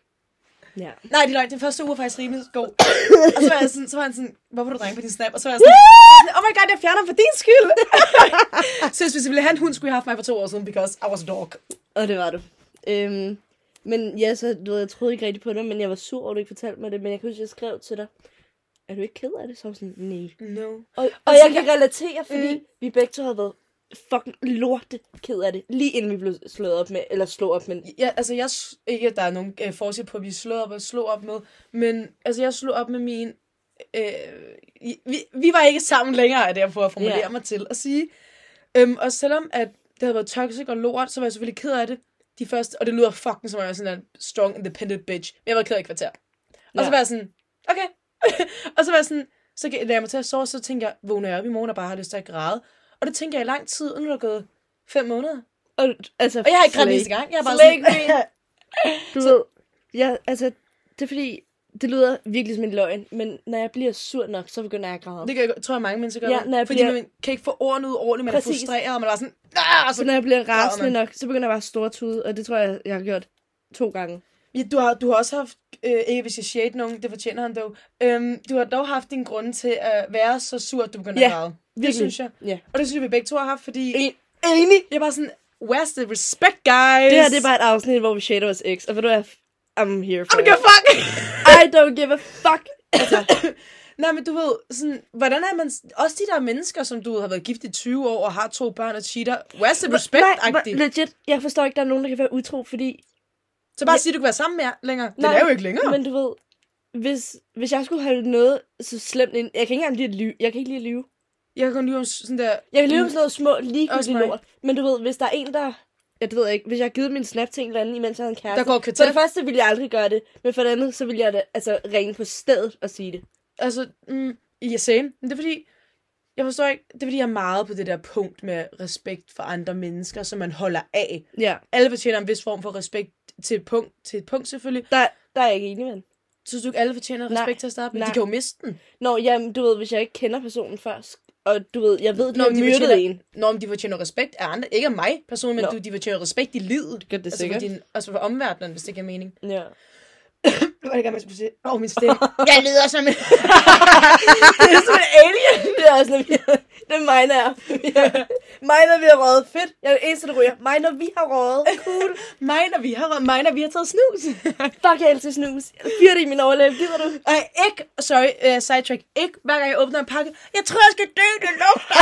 [SPEAKER 1] Ja.
[SPEAKER 2] Nej, det er løgn. Den første uge var faktisk rimelig god. Og så var, jeg sådan, så var han sådan, hvorfor du dreng på din snap? Og så var jeg sådan, oh my god, jeg fjerner ham for din skyld. Synes, hvis jeg ville have en hund, skulle jeg have haft mig for to år siden, because I was a dog.
[SPEAKER 1] Og det var du. Øhm, men ja, så du ved, jeg troede ikke rigtigt på det, men jeg var sur over, at du ikke fortalte mig det. Men jeg kan huske, jeg skrev til dig, er du ikke ked af det? Så var jeg sådan, nej.
[SPEAKER 2] No.
[SPEAKER 1] Og, og, og
[SPEAKER 2] så
[SPEAKER 1] jeg
[SPEAKER 2] kan-
[SPEAKER 1] kan relatere, fordi
[SPEAKER 2] Mm.
[SPEAKER 1] mm. vi begge to havde været fucking lorte ked af det, lige inden vi blev slået op med, eller slå op med.
[SPEAKER 2] Ja, altså jeg, s- ikke at der er nogen øh, forskel på, at vi slog op og slog op med, men altså jeg slog op med min, øh, i- vi, vi var ikke sammen længere, er det jeg prøver at formulere
[SPEAKER 1] Ja.
[SPEAKER 2] yeah. mig til at sige. Øhm, og selvom at det havde været toxic og lort, så var jeg selvfølgelig ked af det. De første, og det lyder fucking som om jeg var sådan en strong, independent bitch. Men jeg var ked af et kvarter. Og så
[SPEAKER 1] Ja.
[SPEAKER 2] var jeg sådan, okay. og så var jeg sådan, så gav- lagde jeg mig til at sove, så tænkte jeg, vågner jeg op i morgen og bare har lyst til at græde. Og det tænker jeg i lang tid, og nu er der gået fem måneder.
[SPEAKER 1] Og, altså,
[SPEAKER 2] Og jeg har ikke grædt
[SPEAKER 1] slet
[SPEAKER 2] en eneste gang. Jeg er bare
[SPEAKER 1] Slet ikke
[SPEAKER 2] sådan,
[SPEAKER 1] Du så... ved, jeg, altså, det er fordi, det lyder virkelig som en løgn, men når jeg bliver sur nok, så begynder jeg at græde.
[SPEAKER 2] Det gør, jeg- tror jeg mange mennesker gør.
[SPEAKER 1] Ja,
[SPEAKER 2] Ja,
[SPEAKER 1] når jeg
[SPEAKER 2] fordi
[SPEAKER 1] bliver-
[SPEAKER 2] man kan ikke få ordene ud ordentligt, man
[SPEAKER 1] Præcis.
[SPEAKER 2] er frustreret, og man er bare sådan... "Ah!" Og
[SPEAKER 1] Så
[SPEAKER 2] så,
[SPEAKER 1] når jeg bliver rasende
[SPEAKER 2] man.
[SPEAKER 1] nok, så begynder jeg bare at stortude, og det tror jeg, jeg har gjort to gange.
[SPEAKER 2] ja, du, har, du har også haft, øh, ikke hvis jeg shade nogen, det fortjener han dog, øhm, du har dog haft din grunde til at være så sur, at du begynder
[SPEAKER 1] Ja,
[SPEAKER 2] at græde. Det
[SPEAKER 1] virkelig.
[SPEAKER 2] synes jeg.
[SPEAKER 1] Ja.
[SPEAKER 2] Og det synes jeg, vi begge to har haft, fordi
[SPEAKER 1] En, enig!
[SPEAKER 2] jeg er bare sådan, where's the respect, guys?
[SPEAKER 1] E- Det her, det er bare et afsnit, hvor vi shader vores ex, og ved du hvad, I'm here for
[SPEAKER 2] I don't give
[SPEAKER 1] it.
[SPEAKER 2] a fuck!
[SPEAKER 1] I don't give a fuck!
[SPEAKER 2] Nej, men du ved, sådan, hvordan er man... Også de der mennesker, som du ved, har været gift i 20 år og har to børn og cheater, where's the
[SPEAKER 1] Nej,
[SPEAKER 2] respect-agtigt?
[SPEAKER 1] legit, jeg forstår ikke, der er nogen, der kan være utro, fordi
[SPEAKER 2] Så bare sige, at du kan være sammen med jer længere. Nej,
[SPEAKER 1] Nej,
[SPEAKER 2] det er jo ikke længere.
[SPEAKER 1] Men du ved, hvis, hvis jeg skulle holde noget så slemt ind... Jeg kan ikke engang lide at lyve. Jeg kan ikke lide at lyve.
[SPEAKER 2] Jeg kan kun lyve om sådan der...
[SPEAKER 1] Jeg kan lyve om
[SPEAKER 2] Mm.
[SPEAKER 1] sådan noget små,
[SPEAKER 2] Også
[SPEAKER 1] ligegyldigt
[SPEAKER 2] mig.
[SPEAKER 1] lort. Men du ved, hvis der er en, der... Ja, det ved jeg ikke. Hvis jeg har givet min snap til en eller anden, imens jeg havde en kæreste...
[SPEAKER 2] Der går et
[SPEAKER 1] For
[SPEAKER 2] kvarter.
[SPEAKER 1] det første ville jeg aldrig gøre det, men for det andet, så ville jeg da, altså, ringe på stedet og sige det.
[SPEAKER 2] Altså, mm, ja, same. Men det er fordi, jeg forstår ikke, det er fordi, jeg er meget på det der punkt med respekt for andre mennesker, som man holder af.
[SPEAKER 1] Ja.
[SPEAKER 2] Alle fortjener en vis form for respekt til et punkt, til et punkt selvfølgelig.
[SPEAKER 1] Der, der er jeg ikke enig med.
[SPEAKER 2] Synes du ikke, alle fortjener respekt
[SPEAKER 1] Nej,
[SPEAKER 2] til at starte med?
[SPEAKER 1] nej.
[SPEAKER 2] De kan jo miste den.
[SPEAKER 1] Nå, jamen, du ved, hvis jeg ikke kender personen først, og du ved, jeg ved, de
[SPEAKER 2] Nå,
[SPEAKER 1] har
[SPEAKER 2] men de
[SPEAKER 1] myrdet
[SPEAKER 2] fortjener-
[SPEAKER 1] en.
[SPEAKER 2] Nå, men de fortjener respekt af andre. Ikke af mig personligt,
[SPEAKER 1] Nå.
[SPEAKER 2] men du, de fortjener respekt i livet.
[SPEAKER 1] gør det
[SPEAKER 2] altså
[SPEAKER 1] sikkert.
[SPEAKER 2] For din, altså for omverdenen, hvis det giver mening.
[SPEAKER 1] Ja.
[SPEAKER 2] Hvad er det, jeg skulle sige? Åh, oh, min stemme. jeg lyder som en... det er som en alien.
[SPEAKER 1] Det er også, når vi Det er mig, når Mig, når vi har røget. Fedt. Jeg er den eneste, der ryger. Mig, når vi har røget. Cool.
[SPEAKER 2] Mig, når vi har, mig, når vi har taget snus.
[SPEAKER 1] Fuck, jeg elsker snus. Jeg fyrer det i min overlæb. Gider du?
[SPEAKER 2] Og jeg ikke, sorry, uh, sidetrack, ikke hver gang jeg åbner en pakke, jeg tror, jeg skal dø, det lugter.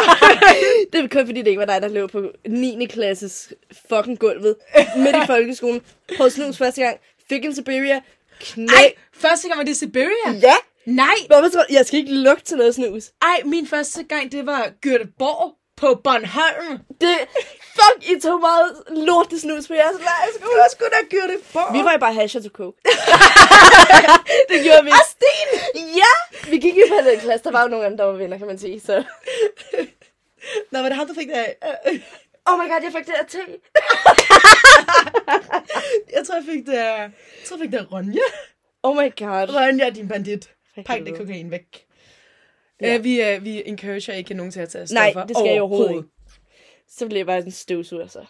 [SPEAKER 1] Det er kun fordi, det ikke var dig, der løb på 9. klasses fucking gulvet. Midt i folkeskolen. Prøvede snus første gang. Fik en Siberia. Knæ.
[SPEAKER 2] Ej, første gang var det Siberia.
[SPEAKER 1] Ja.
[SPEAKER 2] Mm. Nej,
[SPEAKER 1] Hvorfor tror du? Jeg skal ikke lugte til noget snus.
[SPEAKER 2] ej, min første gang, det var Gøteborg på Bornholm.
[SPEAKER 1] Det... Fuck, I tog meget lorte snus på jeres lejeskole.
[SPEAKER 2] var sgu da Gøteborg.
[SPEAKER 1] Vi var jo bare hash og to coke. det gjorde vi.
[SPEAKER 2] Og Sten!
[SPEAKER 1] Ja! Vi gik i parallelklasse, der var jo nogle andre, der var venner, kan man sige, så...
[SPEAKER 2] Nå, var det ham, der fik det af? Øh,
[SPEAKER 1] Oh my god, jeg fik det her te.
[SPEAKER 2] Jeg tror, jeg fik det af, jeg tror, jeg fik det af Ronja.
[SPEAKER 1] Oh my god.
[SPEAKER 2] Ronja, din bandit. Pak det
[SPEAKER 1] helvede.
[SPEAKER 2] kokain væk.
[SPEAKER 1] Ja.
[SPEAKER 2] Ja. vi, øh, vi encourager ikke nogen til at tage
[SPEAKER 1] Nej,
[SPEAKER 2] stoffer
[SPEAKER 1] det skal jeg overhovedet ikke. Så blev jeg bare en støvsuger, så.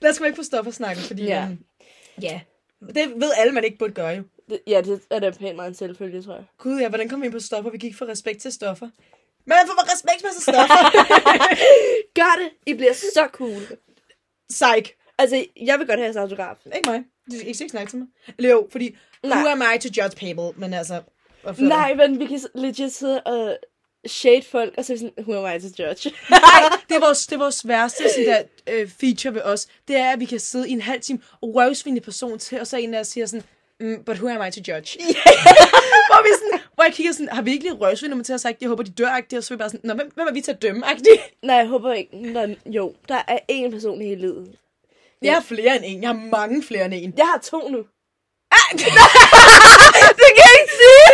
[SPEAKER 2] Lad os komme ikke på stoffer snakke, fordi...
[SPEAKER 1] Ja.
[SPEAKER 2] Ja. ja. Det ved alle, man ikke burde gøre jo.
[SPEAKER 1] Det, ja, det er da pænt meget en selvfølge, tror jeg.
[SPEAKER 2] Gud ja, hvordan kom vi ind på stoffer? Vi gik fra respekt til stoffer. Men man får respekt med sig stoffer.
[SPEAKER 1] Gør det! I bliver så cool.
[SPEAKER 2] Psych.
[SPEAKER 1] Altså, jeg vil godt have jeres autograf.
[SPEAKER 2] Ikke mig. Du skal ikke snakke til mig. Eller jo, fordi Nej.
[SPEAKER 1] Nej.
[SPEAKER 2] who am I to judge people? Men altså... hvad for
[SPEAKER 1] Nej, men vi kan legit sidde og shade folk, og så er vi sådan, who am I to judge?
[SPEAKER 2] Nej, det er vores, det er vores værste sådan der, øh, feature ved os. Det er, at vi kan sidde i en halv time og røvsvinde en person til, og så er en af os siger sådan, mm, but who am I to judge? Yeah. hvor, vi sådan, hvor jeg kigger sådan, har vi ikke lige røvsvindet mig til at sagt, jeg håber, de dør, og så er vi bare sådan, Nå, hvem, hvem er vi til at dømme, agtigt?
[SPEAKER 1] Nej, jeg håber ikke. Der, jo, der er én person i hele livet.
[SPEAKER 2] Jeg har flere end en, jeg har mange flere end en.
[SPEAKER 1] Jeg har to nu. Ah!
[SPEAKER 2] det kan jeg ikke sige!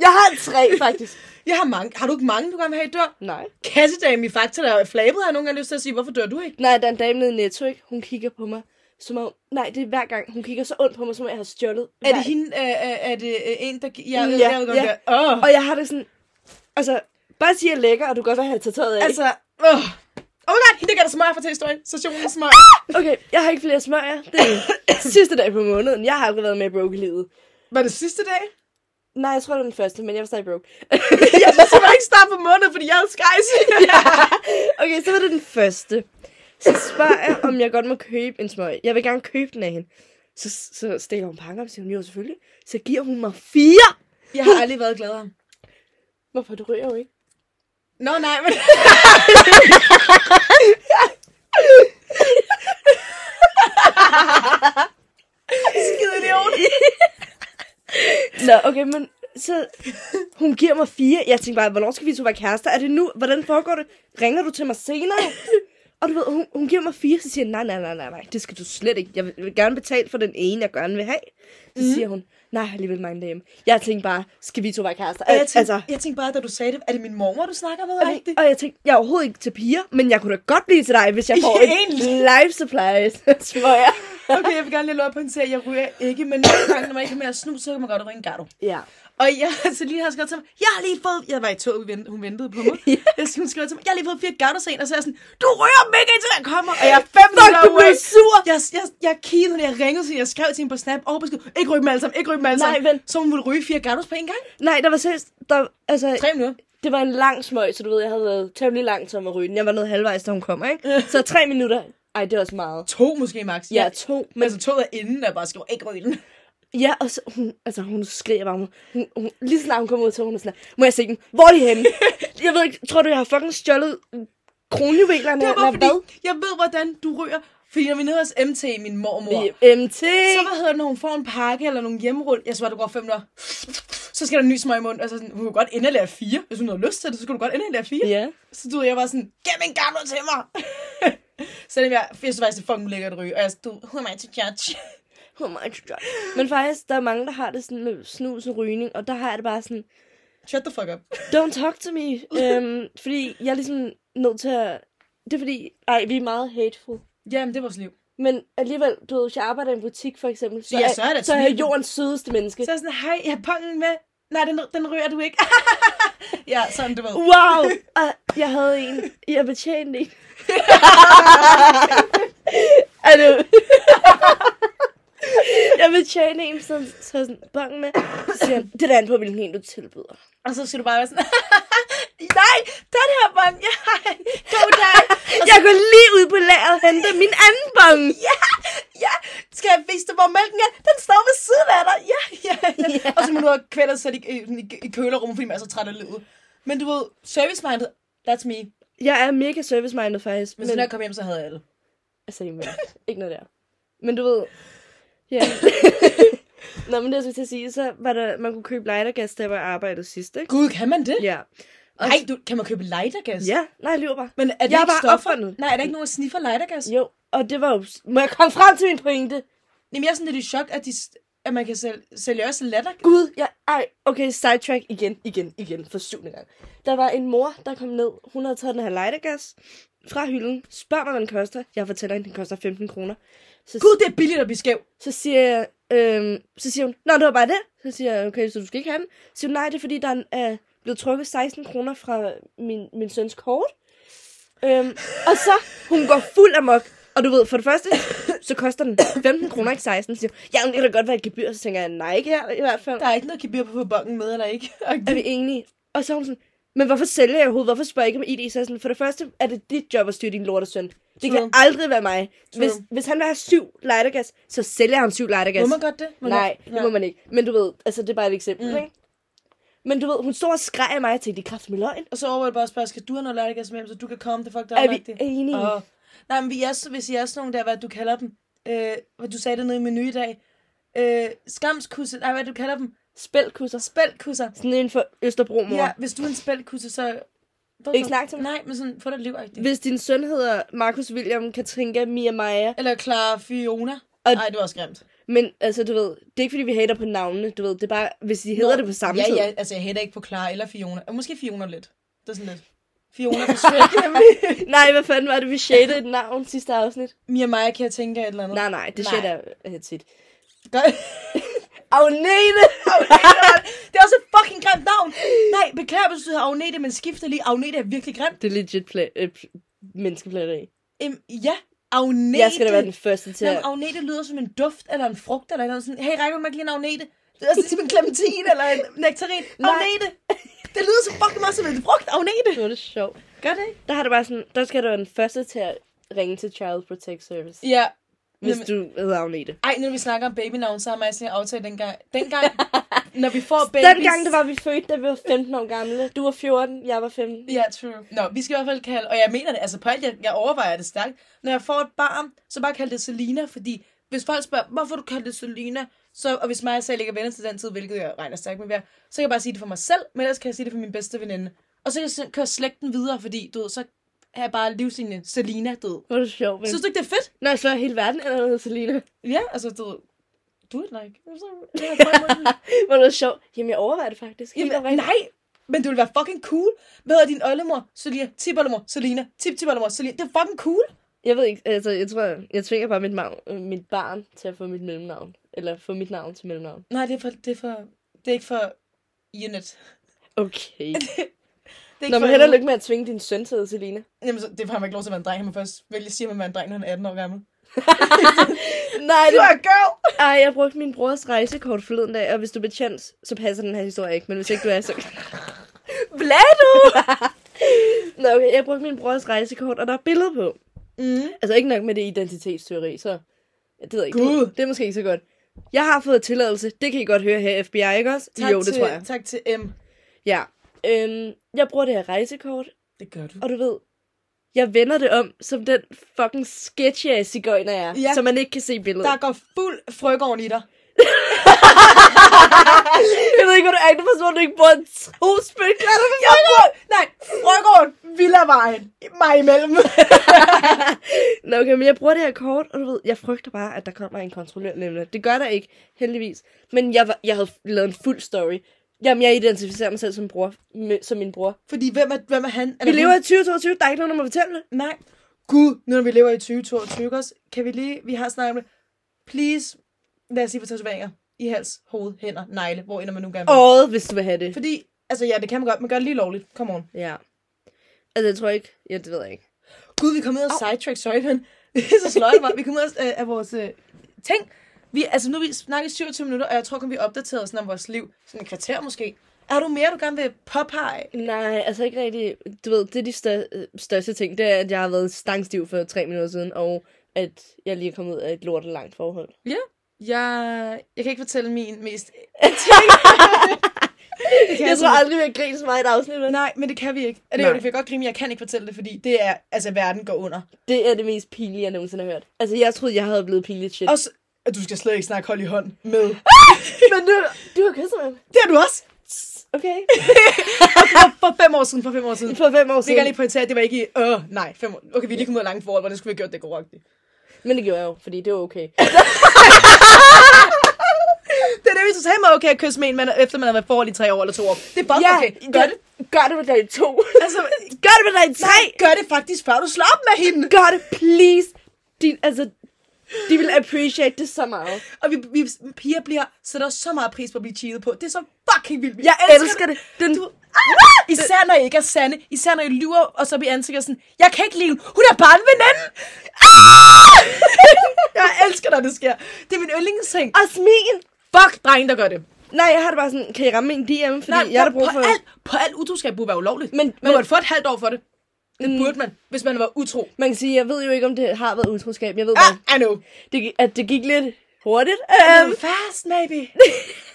[SPEAKER 1] Jeg har tre, faktisk.
[SPEAKER 2] Jeg har mange. Har du ikke mange, du gerne vil have, I dør?
[SPEAKER 1] Nej.
[SPEAKER 2] Kassedamen i Fakta, der er flabet, har nogen gange lyst til at sige, hvorfor dør du ikke?
[SPEAKER 1] Nej, der er en dame nede i Netto, ikke? Hun kigger på mig, som om... Nej, det er hver gang. Hun kigger så ondt på mig, som om jeg har stjålet.
[SPEAKER 2] Er
[SPEAKER 1] hver-
[SPEAKER 2] det hende, øh, øh, er det øh, en, der... gi- Jeg,
[SPEAKER 1] Mm,
[SPEAKER 2] jeg,
[SPEAKER 1] ja,
[SPEAKER 2] jeg ved godt,
[SPEAKER 1] ja.
[SPEAKER 2] ja. Åh,
[SPEAKER 1] Og jeg har det sådan... Altså, bare sige, at jeg er lækker, og du kan godt vil have tatoveret af. Altså...
[SPEAKER 2] altså... Åh. Oh my god, hende der gør der smøger for til historien. Stationen er smøger.
[SPEAKER 1] Okay, jeg har ikke flere smøger. Det er sidste dag på måneden. Jeg har aldrig været med broke i livet.
[SPEAKER 2] Var det sidste dag?
[SPEAKER 1] Nej, jeg tror, det var den første, men jeg var stadig broke.
[SPEAKER 2] Jeg synes, det var ikke start på måneden, fordi jeg havde skejs.
[SPEAKER 1] Okay, så var det den første. Så spørger jeg, om jeg godt må købe en smøg. Jeg vil gerne købe den af hende. Så, så stikker hun pakken op, siger hun, jo selvfølgelig. Så giver hun mig fire.
[SPEAKER 2] Jeg har aldrig været gladere.
[SPEAKER 1] Hvorfor du ryger jo ikke?
[SPEAKER 2] Nå, nej, men... Skide idiot.
[SPEAKER 1] Nå, okay, men så hun giver mig fire. Jeg tænkte bare, hvornår skal vi to være kærester? Er det nu? Hvordan foregår det? Ringer du til mig senere? Og du ved, hun, hun giver mig fire, så siger jeg, nej, nej, nej, nej, nej, det skal du slet ikke. Jeg vil, vil gerne betale for den ene, jeg gerne vil have. Så
[SPEAKER 2] Mhm.
[SPEAKER 1] mm. siger hun, nej, alligevel mig en Jeg tænkte bare, skal vi to være kærester?
[SPEAKER 2] Og jeg, tænkte,
[SPEAKER 1] altså,
[SPEAKER 2] altså... jeg tænkte bare, da du sagde det, er det min mormor, du snakker med?
[SPEAKER 1] Og, det, og jeg tænkte, jeg er overhovedet ikke til piger, men jeg kunne da godt blive til dig, hvis jeg får
[SPEAKER 2] Ja,
[SPEAKER 1] et
[SPEAKER 2] egentlig.
[SPEAKER 1] life supply, tror jeg.
[SPEAKER 2] Okay, jeg vil gerne lige lov på en serie, jeg ryger ikke, men nogle gange, når man ikke har mere snus, så kan man godt ryge en gardo.
[SPEAKER 1] Ja.
[SPEAKER 2] Og jeg, så lige har skrevet til mig, jeg har lige fået, jeg var i toget, vi ventede- hun ventede på mig.
[SPEAKER 1] Ja.
[SPEAKER 2] Jeg hun skrev til mig, jeg har lige fået fire gardo sen, og så er jeg sådan, du ryger dem ikke, indtil jeg kommer. Og jeg er
[SPEAKER 1] Fuck,
[SPEAKER 2] fem minutter
[SPEAKER 1] du blev
[SPEAKER 2] away.
[SPEAKER 1] sur.
[SPEAKER 2] Jeg, jeg, jeg kiggede hende, jeg ringede til hende, jeg skrev til hende på Snap, og besked, ikke ryg dem alle sammen, ikke ryg dem alle
[SPEAKER 1] Nej,
[SPEAKER 2] sammen.
[SPEAKER 1] vent.
[SPEAKER 2] Så hun ville ryge fire gardos på en gang.
[SPEAKER 1] Nej, der var seriøst, der, altså,
[SPEAKER 2] Tre minutter.
[SPEAKER 1] det var en lang smøg, så du ved, jeg havde været temmelig langt som at ryge den. Jeg var nået halvvejs, da hun kom, ikke? Så tre minutter. Ej, det var også meget.
[SPEAKER 2] To måske, max.
[SPEAKER 1] Ja, to.
[SPEAKER 2] Men altså toget er inden, der bare skrev, ikke ryg den.
[SPEAKER 1] Ja, og så, hun, altså, hun skriger bare. Hun, hun, hun, lige så snart hun kommer ud til, hun er sådan, her, må jeg se den? Hvor er de henne? jeg ved ikke, tror du, jeg har fucking stjålet kronjuvelerne?
[SPEAKER 2] Det var bare
[SPEAKER 1] eller
[SPEAKER 2] fordi, jeg ved, hvordan du ryger. Fordi når vi er nede hos MT, min mormor,
[SPEAKER 1] hvad? MT!
[SPEAKER 2] så hvad hedder det, når hun får en pakke eller nogle hjemmerull? Jeg svarer, du går fem minutter. Så skal der en ny smøg i munden. Altså, sådan, hun kunne godt inhalere fire. Hvis hun havde lyst til det, så skulle du godt inhalere fire.
[SPEAKER 1] Ja.
[SPEAKER 2] Så du jeg var sådan, giv mig en gammel til mig. Selvom jeg, jeg synes faktisk, det er fucking lækkert at ryge. Og jeg stod, who am I to judge?
[SPEAKER 1] Oh my God. Men faktisk, der er mange, der har det sådan med snus og rygning, og der har jeg det bare sådan,
[SPEAKER 2] Shut the fuck up.
[SPEAKER 1] Don't talk to me. øhm, fordi jeg er ligesom nødt til at... Det er fordi... Ej, vi er meget hateful.
[SPEAKER 2] Jamen, det er vores liv.
[SPEAKER 1] Men alligevel, du ved, hvis jeg arbejder i en butik, for eksempel, så,
[SPEAKER 2] Ja, så er det
[SPEAKER 1] så er jeg
[SPEAKER 2] smilet.
[SPEAKER 1] jordens sødeste menneske.
[SPEAKER 2] Så er jeg sådan, hej, jeg har pongen med. Nej, den, den ryger du ikke. ja, sådan du ved.
[SPEAKER 1] Wow! Og jeg havde en. Jeg betjente en. er det... jeg betjente en, så, så er jeg sådan, bange med. Så siger han, det er an på, hvilken en du tilbyder.
[SPEAKER 2] Og så skal du bare være sådan, nej, den her bong, ja, god dag. Og så,
[SPEAKER 1] Jeg går lige ud på lageret og henter min anden bong.
[SPEAKER 2] ja, ja, skal jeg vise dig, hvor mælken er? Den står ved siden af dig, ja, ja. ja. Og så må du have kvælet sig i, i, i, i kølerummet, fordi man er så træt af livet. Men du ved, service-minded, that's me.
[SPEAKER 1] Jeg er mega service-minded, faktisk.
[SPEAKER 2] Men, så når jeg kom hjem, så havde jeg det.
[SPEAKER 1] Altså, men, ikke noget der. Men du ved... Ja. Nå, men det er så til at sige, så var der, man kunne købe lightergas, der var jeg arbejdede sidst, ikke?
[SPEAKER 2] Gud, kan man det?
[SPEAKER 1] Ja. Og-
[SPEAKER 2] Nej, du, kan man købe lightergas?
[SPEAKER 1] Ja, nej, jeg lyver bare.
[SPEAKER 2] Men er det
[SPEAKER 1] Jeg er
[SPEAKER 2] ikke
[SPEAKER 1] bare
[SPEAKER 2] stoffer?
[SPEAKER 1] opfundet.
[SPEAKER 2] Nej, er der ikke nogen, der sniffer lightergas?
[SPEAKER 1] Jo, og det var jo... Må jeg komme frem til min pointe?
[SPEAKER 2] Jamen, jeg er sådan lidt i chok, at, de, at man kan sælge, sælge også latter.
[SPEAKER 1] Gud, jeg... Ej, okay, sidetrack igen, igen, igen, for syvende gang. Der var en mor, der kom ned. Hun havde taget den her lightergas fra hylden. Spørg mig, hvad den koster. Jeg fortæller hende, den koster 15 kroner. Så,
[SPEAKER 2] Gud, det er billigt at blive skæv.
[SPEAKER 1] Så siger jeg, øhm, så siger hun, nå, det var bare det. Så siger jeg, okay, så du skal ikke have den. Så siger hun, nej, det er fordi, der er øh, blevet trukket 16 kroner fra min, min søns kort. Øhm, og så, hun går fuld amok. Og du ved, for det første, så koster den 15 kroner, ikke 16. Så siger hun, ja, men det kan da godt være et gebyr. Så tænker jeg, nej, ikke her i hvert fald.
[SPEAKER 2] Der er ikke noget gebyr på at få bongen med, eller ikke? Og
[SPEAKER 1] Er vi enige? Og så er hun sådan, men hvorfor sælger jeg overhovedet? Hvorfor spørger jeg ikke om ID? Så er jeg sådan, for det første er det dit job at styre din lortesøn. Det
[SPEAKER 2] True.
[SPEAKER 1] kan aldrig være mig. Hvis,
[SPEAKER 2] True.
[SPEAKER 1] hvis han vil have syv lightergas, så sælger han syv lightergas.
[SPEAKER 2] Må man godt det? Må
[SPEAKER 1] Nej,
[SPEAKER 2] godt-
[SPEAKER 1] det må man ikke. Men du ved, altså det er bare et eksempel, mm. ikke? Men du ved, hun står og skreg af mig, og tænkte, det er kraft med løgn.
[SPEAKER 2] Og så overvejer jeg bare at spørge, skal du have noget lærkes med hjem, så du kan komme, det fuck dig
[SPEAKER 1] Er vi enige?
[SPEAKER 2] Og... Nej, men vi er, så- hvis I er sådan nogle der, hvad du kalder dem, øh, hvad du sagde det nede i menu i dag, øh, skamskusse, nej, hvad du kalder dem,
[SPEAKER 1] Spældkusser.
[SPEAKER 2] spældkusser.
[SPEAKER 1] Sådan en for Østerbro, mor.
[SPEAKER 2] Ja, hvis du er en spældkusse, så... Hvorfor?
[SPEAKER 1] Ikke snak til mig.
[SPEAKER 2] Nej, men sådan, få dig liv rigtigt.
[SPEAKER 1] Hvis din søn hedder Markus William, Katrinka, Mia Maja,
[SPEAKER 2] Eller Clara Fiona.
[SPEAKER 1] Og-
[SPEAKER 2] Nej, det var også grimt.
[SPEAKER 1] men altså, du ved, det er ikke fordi, vi hater på navnene, du ved, det er bare, hvis de hedder Nå, det på samme
[SPEAKER 2] ja,
[SPEAKER 1] tid.
[SPEAKER 2] Ja, altså jeg hater ikke på Clara eller Fiona. Og Måske Fiona lidt. Det er sådan lidt. Fiona for Shrek, nemlig.
[SPEAKER 1] Nej, hvad fanden var det, vi shadede et navn sidste afsnit?
[SPEAKER 2] Mia Maja, kan jeg tænke af et eller andet?
[SPEAKER 1] Nej, nej, det
[SPEAKER 2] Nej.
[SPEAKER 1] shader jeg øh, tit.
[SPEAKER 2] Gør-
[SPEAKER 1] Agnete!
[SPEAKER 2] Det er også et fucking grimt navn. Nej, beklager, hvis du hedder Agnete, men skifter lige. Agnete er virkelig grimt.
[SPEAKER 1] Det er legit pla- øh, pl- menneskeplaneri.
[SPEAKER 2] Øhm, ja, Agnete.
[SPEAKER 1] Jeg skal da være den første til at...
[SPEAKER 2] Jamen, Agnete lyder som en duft eller en frugt eller noget sådan. Hey, rækker du mig ikke lige en Agnete? Det er også ligesom en clementin eller en nektarin.
[SPEAKER 1] Nej.
[SPEAKER 2] Agnete. Det lyder så fucking meget som en frugt, Agnete.
[SPEAKER 1] Nu er det sjovt.
[SPEAKER 2] Gør det ikke?
[SPEAKER 1] Der har det bare sådan, der skal du være den første til at ringe til Child Protect Service.
[SPEAKER 2] Ja,
[SPEAKER 1] hvis
[SPEAKER 2] Jamen-
[SPEAKER 1] du hedder Agnete.
[SPEAKER 2] Ej, når vi snakker om babynavn, så har man altså lige aftalt dengang. Dengang, når vi får babies...
[SPEAKER 1] Dengang det var vi født, da vi var 15 år gamle. Du var 14, jeg var 15.
[SPEAKER 2] Ja, true. Nå, vi skal i hvert fald kalde... Og jeg mener det, altså på alt, jeg, jeg overvejer det stærkt. Når jeg får et barn, så bare kald det Selina, fordi hvis folk spørger, hvorfor du kalder det Selina, så, og hvis mig og selv ikke er venner til den tid, hvilket jeg regner stærkt med at være, så kan jeg bare sige det for mig selv, men ellers kan jeg sige det for min bedste veninde. Og så kan jeg s- køre slægten videre, fordi du ved, så har jeg bare livslinjen Selina død.
[SPEAKER 1] Hvor er det sjovt, men...
[SPEAKER 2] Synes du ikke, det er fedt?
[SPEAKER 1] Når jeg slår hele verden eller noget, Selina.
[SPEAKER 2] Ja, altså du ved, do it like.
[SPEAKER 1] Hvor er det sjovt. Jamen, jeg overvejer det faktisk. Helt
[SPEAKER 2] Jamen,
[SPEAKER 1] oprigtigt.
[SPEAKER 2] nej, men det ville være fucking cool. Hvad hedder din oldemor? Selina. Tip oldemor. Selina. Tip tip oldemor. Selina. Det er fucking cool.
[SPEAKER 1] Jeg ved ikke, altså, jeg tror, jeg, jeg tvinger bare mit, mav, øh, mit barn til at få mit mellemnavn. Eller få mit navn til mellemnavn.
[SPEAKER 2] Nej, det er for, det er for, det er ikke for unit.
[SPEAKER 1] Okay.
[SPEAKER 2] Det er
[SPEAKER 1] Nå,
[SPEAKER 2] ikke
[SPEAKER 1] men held og lykke med at tvinge din søn til det, Selina.
[SPEAKER 2] Jamen, så, det er for, han ikke lov til at være en dreng. Han må først vælge at sige, at man er en dreng, når han er 18 år gammel.
[SPEAKER 1] Nej, det...
[SPEAKER 2] a girl!
[SPEAKER 1] Ej, jeg brugte min brors rejsekort forleden dag, og hvis du bliver tjent, så passer den her historie ikke. Men hvis ikke du er, så... Blado! Nå, okay, jeg brugte min brors rejsekort, og der er billeder på.
[SPEAKER 2] Mm.
[SPEAKER 1] Altså ikke nok med det identitetsteori, så... Ja, det ved jeg ikke.
[SPEAKER 2] Gud.
[SPEAKER 1] Det er måske ikke så godt. Jeg har fået tilladelse. Det kan I godt høre her, FBI, ikke også?
[SPEAKER 2] Tak
[SPEAKER 1] jo,
[SPEAKER 2] til,
[SPEAKER 1] det tror jeg.
[SPEAKER 2] Tak til M.
[SPEAKER 1] Ja. Øhm, jeg bruger det her rejsekort,
[SPEAKER 2] Det gør du.
[SPEAKER 1] og du ved, jeg vender det om, som den fucking sketchy af cigøjner er,
[SPEAKER 2] Ja.
[SPEAKER 1] ja. så man ikke kan se billedet.
[SPEAKER 2] Der går fuld frøgården i dig.
[SPEAKER 1] Jeg ved ikke, hvor du er. Det forstår, du ikke bor i to spilklatter.
[SPEAKER 2] Jeg bor... Nej, frøgården, Villavejen. Mig imellem.
[SPEAKER 1] Nå, okay, men jeg bruger det her kort, og du ved, jeg frygter bare, at der kommer en kontrollør nemlig. Det gør der ikke, heldigvis. Men jeg, var, jeg havde lavet en fuld story. Jamen, jeg identificerer mig selv som, bror, med, som min bror.
[SPEAKER 2] Fordi hvem er, hvem er han?
[SPEAKER 1] Vi lever i 2022, der er ikke nogen, der må fortælle det.
[SPEAKER 2] Nej. Gud, nu når vi lever i 2022 også, kan vi lige, vi har snakket om det. Please, lad os lige få tatoveringer i hals, hoved, hænder, negle, hvor ender man nu gerne vil.
[SPEAKER 1] Året, hvis du vil have det.
[SPEAKER 2] Fordi, altså ja, det kan man godt, man gør det lige lovligt. Come on.
[SPEAKER 1] Ja. Altså, jeg tror ikke... Ja, det ved jeg ikke.
[SPEAKER 2] Gud, vi kom ud af sidetrack, sorry, men så slår jeg mig. Vi kom ud af, øh, af vores øh, ting. Vi, altså, nu har vi snakket i 27 minutter, og jeg tror, at vi er opdateret sådan om vores liv. Sådan en kvarter måske. Er du mere, du gerne vil påpege?
[SPEAKER 1] Nej, altså ikke rigtig... Du ved, det er de stør- øh, største ting. Det er, at jeg har været stangstiv for tre minutter siden, og at jeg lige er kommet ud af et lort og langt forhold.
[SPEAKER 2] Jeg, jeg kan ikke fortælle min mest... det kan
[SPEAKER 1] Jeg, jeg tror aldrig, vi har grinet så meget i et afsnit, men
[SPEAKER 2] Nej, men det kan vi ikke. Er det
[SPEAKER 1] Nej.
[SPEAKER 2] jo, det kan jeg godt grine, men jeg kan ikke fortælle det, fordi det er, altså, verden går under.
[SPEAKER 1] det er det mest pinlige, jeg nogensinde har hørt. Altså, jeg troede, jeg havde blevet pinligt shit.
[SPEAKER 2] Også, at du skal slet ikke snakke hold i hånd med.
[SPEAKER 1] men du, du har kysset med ham.
[SPEAKER 2] Det er du også.
[SPEAKER 1] Okay.
[SPEAKER 2] For, for fem år siden, for fem år siden.
[SPEAKER 1] For fem år
[SPEAKER 2] Vi kan
[SPEAKER 1] siden.
[SPEAKER 2] lige pointere, at det var ikke i, øh, nej, fem år. Okay, vi er lige kommet ud af langt forhold, hvordan skulle vi have gjort det korrekt?
[SPEAKER 1] Men det gjorde jeg jo, fordi det var okay.
[SPEAKER 2] Det er det, hvis du sagde mig, okay at kysse med en mand, efter man har været i forhold i tre år eller to år. Det er bare
[SPEAKER 1] ja,
[SPEAKER 2] okay. Gør
[SPEAKER 1] gør
[SPEAKER 2] det.
[SPEAKER 1] det. Gør det med dag to.
[SPEAKER 2] Altså,
[SPEAKER 1] gør det med dag tre.
[SPEAKER 2] gør det faktisk, før du slår op med hende.
[SPEAKER 1] Gør det, please. Din, altså, de vil appreciate det så meget.
[SPEAKER 2] Og vi, vi piger bliver, sætter så meget pris på at blive cheated på. Det er så fucking vildt.
[SPEAKER 1] Jeg elsker det. Den, du,
[SPEAKER 2] Ah! Især når I ikke er sande. Især når I lyver, og så bliver ansigtet sådan, jeg kan ikke lide hende. Hun er bare en veninde. Ah! jeg elsker, når det sker. Det er min yndlingsting.
[SPEAKER 1] og smigen.
[SPEAKER 2] Fuck, drenge, der gør det.
[SPEAKER 1] Nej, jeg har det bare sådan, kan I ramme min DM, fordi
[SPEAKER 2] Nej,
[SPEAKER 1] jeg har da brug
[SPEAKER 2] på,
[SPEAKER 1] for...
[SPEAKER 2] alt, på alt utroskab burde være ulovligt.
[SPEAKER 1] Men-
[SPEAKER 2] man
[SPEAKER 1] men-
[SPEAKER 2] måtte få et halvt år for det. Det
[SPEAKER 1] Mm.
[SPEAKER 2] burde man, hvis man var utro.
[SPEAKER 1] Man kan sige, jeg ved jo ikke, om det har været utroskab. Jeg ved
[SPEAKER 2] Ah,
[SPEAKER 1] bare,
[SPEAKER 2] I know.
[SPEAKER 1] det, gi- at det gik lidt hurtigt.
[SPEAKER 2] Um,
[SPEAKER 1] Um,
[SPEAKER 2] fast, maybe.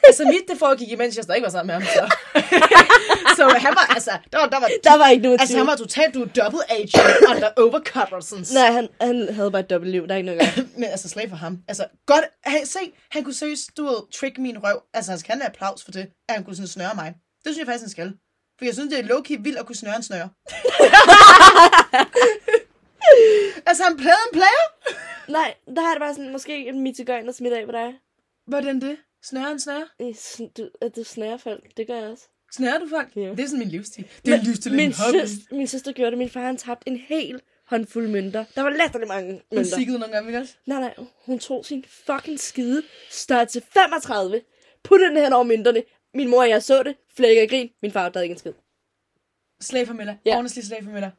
[SPEAKER 2] altså, mit det foregik, imens jeg stadig ikke var sammen med ham. Så, så han var, altså, der var, der var,
[SPEAKER 1] der var ikke noget
[SPEAKER 2] altså, han
[SPEAKER 1] tvivl.
[SPEAKER 2] var totalt, du er double agent under overcuttelsens.
[SPEAKER 1] Nej, han, han havde bare et dobbelt liv. Der er ikke noget at gøre.
[SPEAKER 2] Men altså, slag for ham. Altså, godt, han, se, han kunne seriøst, du ved, trick min røv. Altså, han skal have en applaus for det, at han kunne sådan snøre mig. Det synes jeg faktisk, han skal. For jeg synes, det er low-key vildt at kunne snøre en snøre. altså, han plagede en player.
[SPEAKER 1] Nej, der har det bare sådan, måske en mitigøjn, der smitter af på dig.
[SPEAKER 2] Hvordan det? Snøre en snøre?
[SPEAKER 1] Øh, sn- Du, at du snærer folk, det gør jeg også.
[SPEAKER 2] Snører du folk?
[SPEAKER 1] Ja.
[SPEAKER 2] Det er sådan min livsstil. Det er en livsstil,
[SPEAKER 1] min,
[SPEAKER 2] min hobby.
[SPEAKER 1] søs, min søster gjorde det. Min far, han tabte en hel håndfuld mønter. Der var latterlig mange
[SPEAKER 2] Hun
[SPEAKER 1] mønter.
[SPEAKER 2] sikkede nogle gange, ikke også?
[SPEAKER 1] Nej, nej, hun tog sin fucking skide størrelse 35, puttede den hen over mynterne. Min mor og jeg så det, flækkede af grin. Min far opdagede ikke en skid.
[SPEAKER 2] Slag for Mella.
[SPEAKER 1] Ja.
[SPEAKER 2] Ja. Honestly, slag for Mella.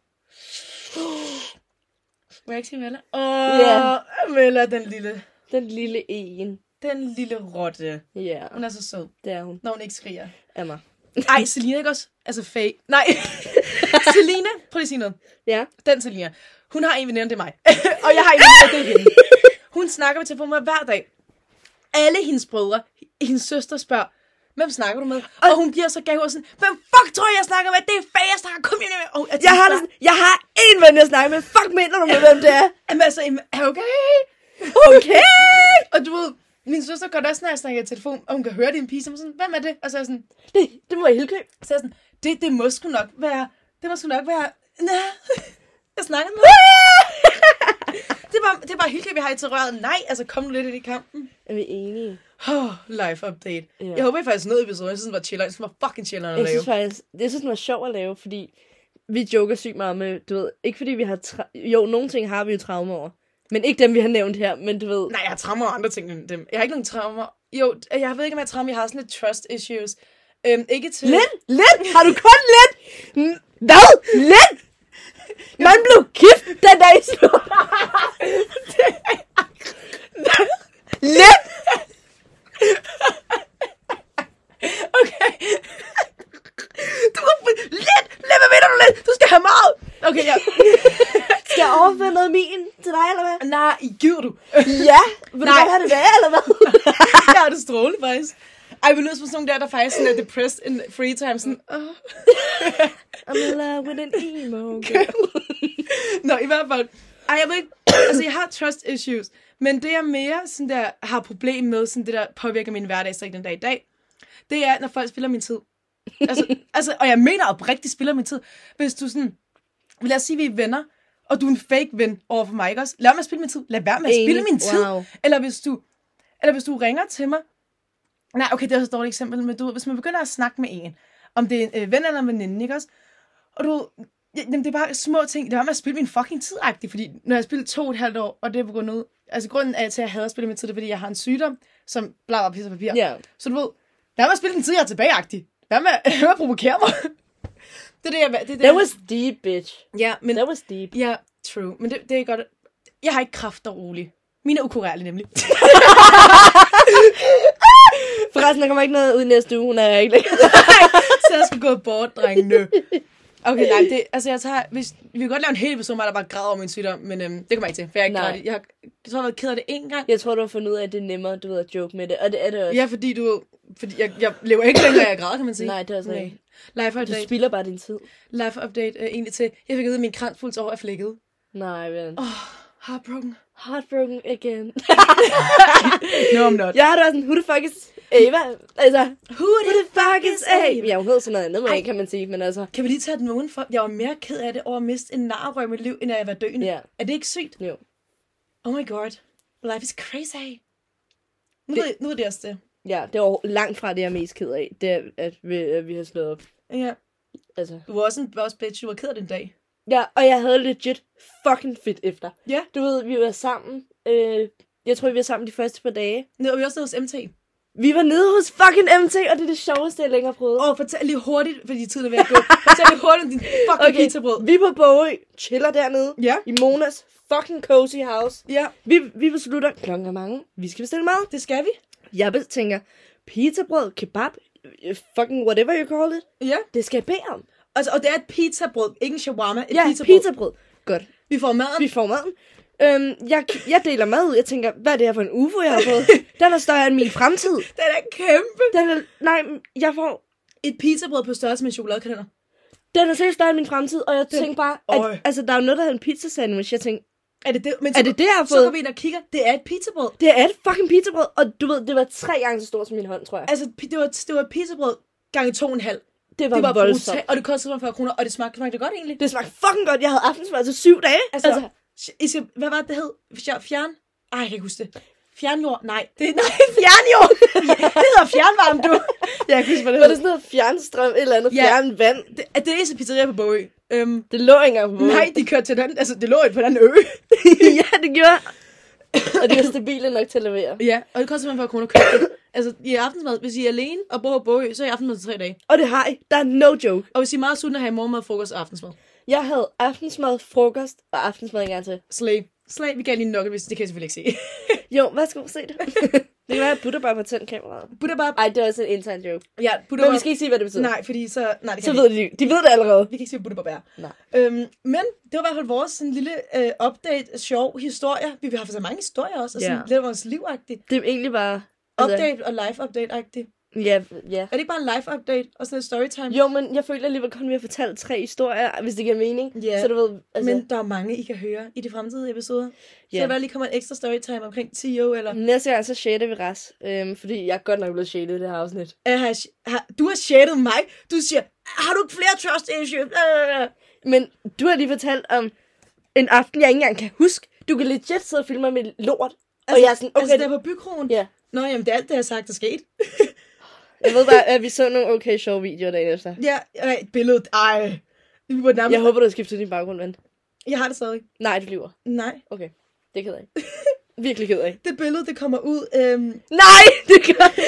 [SPEAKER 2] Må jeg ikke sige Mella? Åh,
[SPEAKER 1] Ja.
[SPEAKER 2] yeah. Mella, den lille,
[SPEAKER 1] Den lille en.
[SPEAKER 2] den lille rotte.
[SPEAKER 1] Ja, yeah,
[SPEAKER 2] Hun er så sød,
[SPEAKER 1] det er hun
[SPEAKER 2] når hun ikke skriger.
[SPEAKER 1] af mig.
[SPEAKER 2] Ej, Selina ikke også? Altså fake. Nej. Selina, prøv lige at sige noget.
[SPEAKER 1] Ja,
[SPEAKER 2] Den Selina. Hun har en veninde, det er mig. og jeg har en veninde, det er hende. Hun snakker med telefonen med hver dag. Alle hendes brødre, hendes søster spørger, hvem snakker du med? Og, og hun giver så gaver sådan, hvem fuck tror jeg, jeg snakker med? Det er fag, jeg snakker, kom ind med. Og, og
[SPEAKER 1] Jeg har, det sådan, jeg har én ven, jeg snakker med. Fuck, mener du med, hvem det er?
[SPEAKER 2] Jamen altså, jamen, er okay?
[SPEAKER 1] Okay.
[SPEAKER 2] Og du ved, min søster går da også, når jeg snakker i telefon, og hun kan høre det er en pige, så er hun sådan, hvem er det? Og så er jeg sådan,
[SPEAKER 1] Det, det må jeg helt købe.
[SPEAKER 2] så er jeg sådan det, det må sgu nok være, det må sgu nok være, nej, jeg snakker med. det er bare, det er bare hyggeligt, vi har i til røret. Nej, altså kom nu lidt ind i kampen.
[SPEAKER 1] Er vi enige?
[SPEAKER 2] Oh, life update.
[SPEAKER 1] Ja.
[SPEAKER 2] Jeg håber, I faktisk nåede episoden. Jeg synes, den var chill. Jeg synes, den var fucking chill at
[SPEAKER 1] Jeg
[SPEAKER 2] lave.
[SPEAKER 1] synes faktisk, jeg synes, det var sjovt at lave, fordi vi joker sygt meget med, du ved, ikke fordi vi har, tra- jo, nogle ting har vi jo traume over, men ikke dem, vi har nævnt her, men du ved,
[SPEAKER 2] Nej, jeg har traumer og andre ting end dem. Jeg har ikke nogen traumer. Jo, jeg ved ikke, om jeg har traumer. Jeg har sådan lidt trust issues. Øhm, ikke til...
[SPEAKER 1] lidt, lidt, har du kun lidt? Mm, Hvad? Lidt? Man blev gift den dag, I slog. Lidt?
[SPEAKER 2] Okay. du må... Lidt! Lidt, hvad mener du lidt? Du skal have meget! Okay, jeg...
[SPEAKER 1] Skal jeg overføre noget af min til dig, eller hvad?
[SPEAKER 2] Nej, giver du?
[SPEAKER 1] Ja, vil du
[SPEAKER 2] Nej.
[SPEAKER 1] godt have det værd, eller hvad?
[SPEAKER 2] jeg har det strålende, faktisk. Ej, vi lyder som sådan nogle der, der faktisk sådan er depressed in free time. Sådan, åh.
[SPEAKER 1] I'm in love with an emo girl.
[SPEAKER 2] "Øh, Nå, i hvert fald. Ej, jeg ved ikke. Altså, jeg har trust issues. Men det, jeg mere sådan der, har problem med, sådan det der påvirker min hverdag stadig den dag i dag, det er, når folk spiller min tid. Altså, altså og jeg mener oprigtigt spiller min tid. Hvis du sådan... Lad os sige, vi er venner, og du er en fake ven over for mig, ikke også? Lad mig spille min tid. Lad være med at spille
[SPEAKER 1] Enig.
[SPEAKER 2] min tid.
[SPEAKER 1] Wow.
[SPEAKER 2] Eller hvis du, eller hvis du ringer til mig. Nej, okay, det er også et dårligt eksempel, men du ved, hvis man begynder at snakke med en, om det er en øh, ven eller en veninde, ikke også? Og du ved, ja, jamen, det er bare små ting. Det var med at spille min fucking tid -agtigt, fordi når jeg spillede to og et halvt år, og det er på grund af, altså grunden af, til, at jeg hader at spille min tid, det er, fordi jeg har en sygdom, som blader pisse og papir.
[SPEAKER 1] Ja.
[SPEAKER 2] Så du ved, lad mig spille den tid, jeg er tilbage-agtig. Lad mig, lad mig provokere mig. det er det, jeg... Det, er det,
[SPEAKER 1] That
[SPEAKER 2] jeg-
[SPEAKER 1] was deep, bitch.
[SPEAKER 2] ja, men,
[SPEAKER 1] That was deep.
[SPEAKER 2] Ja, true. Men det, det er godt. Jeg har ikke kræfter rolig. Mine er ukurerlige nemlig.
[SPEAKER 1] Forresten, der kommer ikke noget ud i næste uge, når jeg ikke længere.
[SPEAKER 2] så jeg skal gå bort, drengene. Okay, nej, det, altså jeg tager, hvis, vi kan godt lave en hel episode, hvor der bare græder over min sygdom, men øhm, det kommer jeg ikke til, for jeg er ikke
[SPEAKER 1] Nej.
[SPEAKER 2] grædt. Jeg, har, jeg tror, jeg har været ked af det én gang.
[SPEAKER 1] Jeg tror, du har fundet ud af, at det er nemmere, du ved, at joke med det. Og det er det også.
[SPEAKER 2] Ja, fordi du, fordi jeg, jeg lever ikke længere, jeg græder, kan man sige.
[SPEAKER 1] Nej, det er også rigtigt.
[SPEAKER 2] Life
[SPEAKER 1] Du
[SPEAKER 2] update,
[SPEAKER 1] spilder bare din tid.
[SPEAKER 2] life update øh, egentlig til, jeg fik at vide, at min kranspuls over er flækket.
[SPEAKER 1] Nej, men.
[SPEAKER 2] Åh, oh, heartbroken.
[SPEAKER 1] Heartbroken again.
[SPEAKER 2] No, I'm not.
[SPEAKER 1] jeg har da også sådan, who the fuck is Ava? Altså,
[SPEAKER 2] Who
[SPEAKER 1] who the fuck is Ava? Ja, hun hedder sådan noget andet, men kan man sige, men altså.
[SPEAKER 2] Kan vi lige tage den ugen for? Jeg var mere ked af det over at miste en narrøg i mit liv, end at jeg var døende.
[SPEAKER 1] Ja.
[SPEAKER 2] Er det ikke sygt?
[SPEAKER 1] Jo.
[SPEAKER 2] Oh my god. Life is crazy. Nu, det... ved, nu er det også det.
[SPEAKER 1] Ja, det er jo langt fra det, jeg er mest ked af. Det er, at vi, at vi har slået op.
[SPEAKER 2] Ja.
[SPEAKER 1] Altså.
[SPEAKER 2] Du var også en boss bitch. Du var ked af den dag.
[SPEAKER 1] Ja, og jeg havde legit fucking fedt efter.
[SPEAKER 2] Ja.
[SPEAKER 1] Du ved, vi var sammen. Øh, jeg tror, vi var sammen de første par dage.
[SPEAKER 2] Nu er vi også nede hos MT.
[SPEAKER 1] Vi var nede hos fucking MT, og det er det sjoveste, jeg længere har prøvet.
[SPEAKER 2] Åh, oh, fortæl lige hurtigt, fordi tiden er ved at gå. fortæl lige hurtigt om din fucking okay. pizzabrød.
[SPEAKER 1] vi er på Bogø, chiller dernede,
[SPEAKER 2] Ja.
[SPEAKER 1] i Monas fucking cozy house.
[SPEAKER 2] Ja,
[SPEAKER 1] Vi, vi beslutter, klokken er mange, vi skal bestille mad.
[SPEAKER 2] det skal vi.
[SPEAKER 1] Jeg tænker, pizzabrød, kebab, øh, fucking whatever you call it,
[SPEAKER 2] Ja.
[SPEAKER 1] det skal jeg bede om.
[SPEAKER 2] Altså, og det er et pizzabrød. Ikke en shawarma. Et
[SPEAKER 1] Ja,
[SPEAKER 2] pizzabrød.
[SPEAKER 1] pizzabrød. Godt,
[SPEAKER 2] Vi får maden.
[SPEAKER 1] vi får maden. Øhm, jeg, jeg deler mad ud. Jeg tænker, hvad er det her for en ufo, jeg har fået? Den er større end min fremtid.
[SPEAKER 2] Den er kæmpe.
[SPEAKER 1] Den er, nej, jeg får...
[SPEAKER 2] Et pizzabrød på størrelse med en chokoladekanaler.
[SPEAKER 1] Den er seriøst større end min fremtid, og jeg tænkte bare,
[SPEAKER 2] Øj.
[SPEAKER 1] at, altså, der er jo noget, der hedder en pizza sandwich. Jeg tænkte,
[SPEAKER 2] Er det det? Men så,
[SPEAKER 1] Er det det, jeg har
[SPEAKER 2] Så
[SPEAKER 1] fået?
[SPEAKER 2] går vi ind og kigger. Det er et pizzabrød.
[SPEAKER 1] det er et fucking pizzabrød, og du ved, det var tre gange så stort som min hånd, tror jeg.
[SPEAKER 2] Altså, pi- det var, det var pizzabrød gange to og en halv.
[SPEAKER 1] Det var,
[SPEAKER 2] Det var
[SPEAKER 1] voldsomt.
[SPEAKER 2] brutalt, og det kostede 45 kroner, og det smagte, smagte godt egentlig.
[SPEAKER 1] Det smagte fucking godt. Jeg havde aftensmad til syv dage.
[SPEAKER 2] Altså, altså I skal, hvad var det, det hed? Fjer- Fjern? Ej, jeg kan ikke huske det. Fjernjord? Nej, det, nej, fjernjord! det hedder fjernvarme, du. jeg kan ikke huske, hvad det
[SPEAKER 1] var det
[SPEAKER 2] hedder.
[SPEAKER 1] sådan noget fjernstrøm, et eller andet
[SPEAKER 2] Ja.
[SPEAKER 1] ja. fjernvand?
[SPEAKER 2] Det, er det eneste pizzeria på Bogø? Øhm,
[SPEAKER 1] Det lå ikke engang på
[SPEAKER 2] nej, de kørte til den, altså det lå på den ø.
[SPEAKER 1] ja, det gjorde jeg. Og det var stabile nok til at levere.
[SPEAKER 2] ja, og det koster 45 kroner at købe det. Altså, i aftensmad, hvis I er alene og bor på Bogø, så er I aftensmad til tre dage.
[SPEAKER 1] Og det har I. Der er no joke.
[SPEAKER 2] Og hvis I er meget sultne, har I morgenmad, frokost og aftensmad.
[SPEAKER 1] Jeg havde aftensmad, frokost og aftensmad en gang til.
[SPEAKER 2] Slag. Slag, vi gav lige en nugget, hvis det kan jeg selvfølgelig ikke se.
[SPEAKER 1] Jo, værsgo, se det. Det kan være, at Buddha bare på tændt kameraet.
[SPEAKER 2] Butter bare...
[SPEAKER 1] Ej, det er også en intern joke.
[SPEAKER 2] Ja, butter
[SPEAKER 1] Men vi
[SPEAKER 2] bare...
[SPEAKER 1] skal ikke sige, hvad det betyder.
[SPEAKER 2] Nej, fordi så... Nej, det kan
[SPEAKER 1] Så
[SPEAKER 2] vi
[SPEAKER 1] ved de, de ved det allerede.
[SPEAKER 2] Vi kan ikke sige, at er.
[SPEAKER 1] Nej.
[SPEAKER 2] Øhm, men det var i hvert fald vores sådan, lille øh, update, sjov historie. Vi har fået så mange historier også, og sådan
[SPEAKER 1] Ja.
[SPEAKER 2] lidt vores livagtigt.
[SPEAKER 1] Det er egentlig bare... Altså-
[SPEAKER 2] Update og live update-agtigt.
[SPEAKER 1] Ja, ja.
[SPEAKER 2] Er det ikke bare en live update og sådan et storytime?
[SPEAKER 1] Jo, men jeg føler alligevel kun, at vi har fortalt tre historier, hvis det giver mening.
[SPEAKER 2] Ja.
[SPEAKER 1] Så du ved, altså...
[SPEAKER 2] Men der er mange, I kan høre i de fremtidige episoder. Så
[SPEAKER 1] Ja.
[SPEAKER 2] der lige kommer en ekstra storytime omkring Tio, eller...
[SPEAKER 1] Næste gang, så shader vi ras. Øhm, fordi jeg er godt nok blevet shadet i det her afsnit.
[SPEAKER 2] Øh, har, jeg- har, du har shadet mig. Du siger, har du ikke flere trust issues? Øh.
[SPEAKER 1] Men du har lige fortalt om en aften, jeg ikke engang kan huske. Du kan legit sidde og filme mig med lort. Altså, og jeg er sådan, okay,
[SPEAKER 2] altså, det
[SPEAKER 1] altså,
[SPEAKER 2] er på bykronen.
[SPEAKER 1] Ja.
[SPEAKER 2] Nå, jamen, det er alt, det jeg har sagt, der skete.
[SPEAKER 1] jeg ved bare, at vi så nogle okay sjove videoer dagen efter.
[SPEAKER 2] ja, øh, et billede. Ej. Vi burde nærmest...
[SPEAKER 1] Jeg håber, du har skiftet din baggrund, ven.
[SPEAKER 2] jeg har det stadig.
[SPEAKER 1] Nej, du lyver.
[SPEAKER 2] Nej.
[SPEAKER 1] Okay, det er ked af. Virkelig ked af.
[SPEAKER 2] det billede, det kommer ud. Øhm,
[SPEAKER 1] Nej, det gør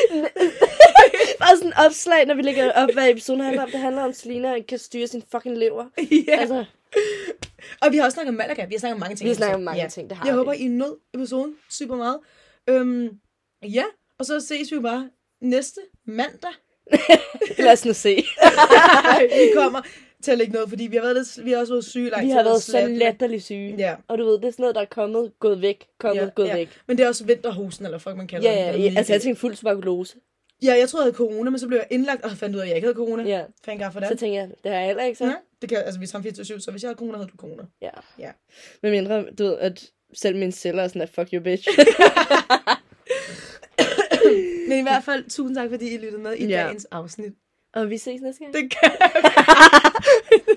[SPEAKER 1] Bare sådan en opslag, når vi lægger op, hvad episoden handler om. Det handler om, at Selina kan styre sin fucking lever.
[SPEAKER 2] ja. altså,
[SPEAKER 1] Altså,
[SPEAKER 2] og vi har også snakket om Malaga. Vi har snakket om mange ting. Altså,
[SPEAKER 1] vi snakker om mange ting, det har
[SPEAKER 2] Jeg
[SPEAKER 1] vi.
[SPEAKER 2] håber, I nød episoden super meget. Øhm, ja, og så ses vi jo bare næste mandag.
[SPEAKER 1] lad os nu se.
[SPEAKER 2] vi kommer til at lægge noget, fordi vi har, været lidt, vi har også været syge. lang
[SPEAKER 1] Vi
[SPEAKER 2] tid,
[SPEAKER 1] har været så
[SPEAKER 2] slatne.
[SPEAKER 1] latterligt syge.
[SPEAKER 2] Ja.
[SPEAKER 1] Og du ved, det er sådan noget, der er kommet, gået væk, kommet,
[SPEAKER 2] Ja,
[SPEAKER 1] gået
[SPEAKER 2] ja.
[SPEAKER 1] væk.
[SPEAKER 2] Men det er også vinterhosen, eller fuck man kalder
[SPEAKER 1] Ja,
[SPEAKER 2] den.
[SPEAKER 1] ja,
[SPEAKER 2] den
[SPEAKER 1] ja.
[SPEAKER 2] lige-
[SPEAKER 1] Altså, jeg tænkte fuld tuberkulose.
[SPEAKER 2] ja, jeg troede, jeg havde corona, men så blev jeg indlagt, og fandt ud af, at jeg ikke havde corona.
[SPEAKER 1] Ja.
[SPEAKER 2] Fandt for
[SPEAKER 1] Så
[SPEAKER 2] det.
[SPEAKER 1] tænkte jeg, det har jeg heller ikke så.
[SPEAKER 2] Ja, det kan, altså, vi er sammen 24 så hvis jeg havde corona, havde du corona.
[SPEAKER 1] Ja.
[SPEAKER 2] Ja.
[SPEAKER 1] Med mindre, du ved, at selv mine celler er sådan, at fuck you, bitch.
[SPEAKER 2] Men i hvert fald, tusind tak, fordi I lyttede med i
[SPEAKER 1] Ja.
[SPEAKER 2] dagens afsnit.
[SPEAKER 1] og vi ses næste gang.
[SPEAKER 2] Det kan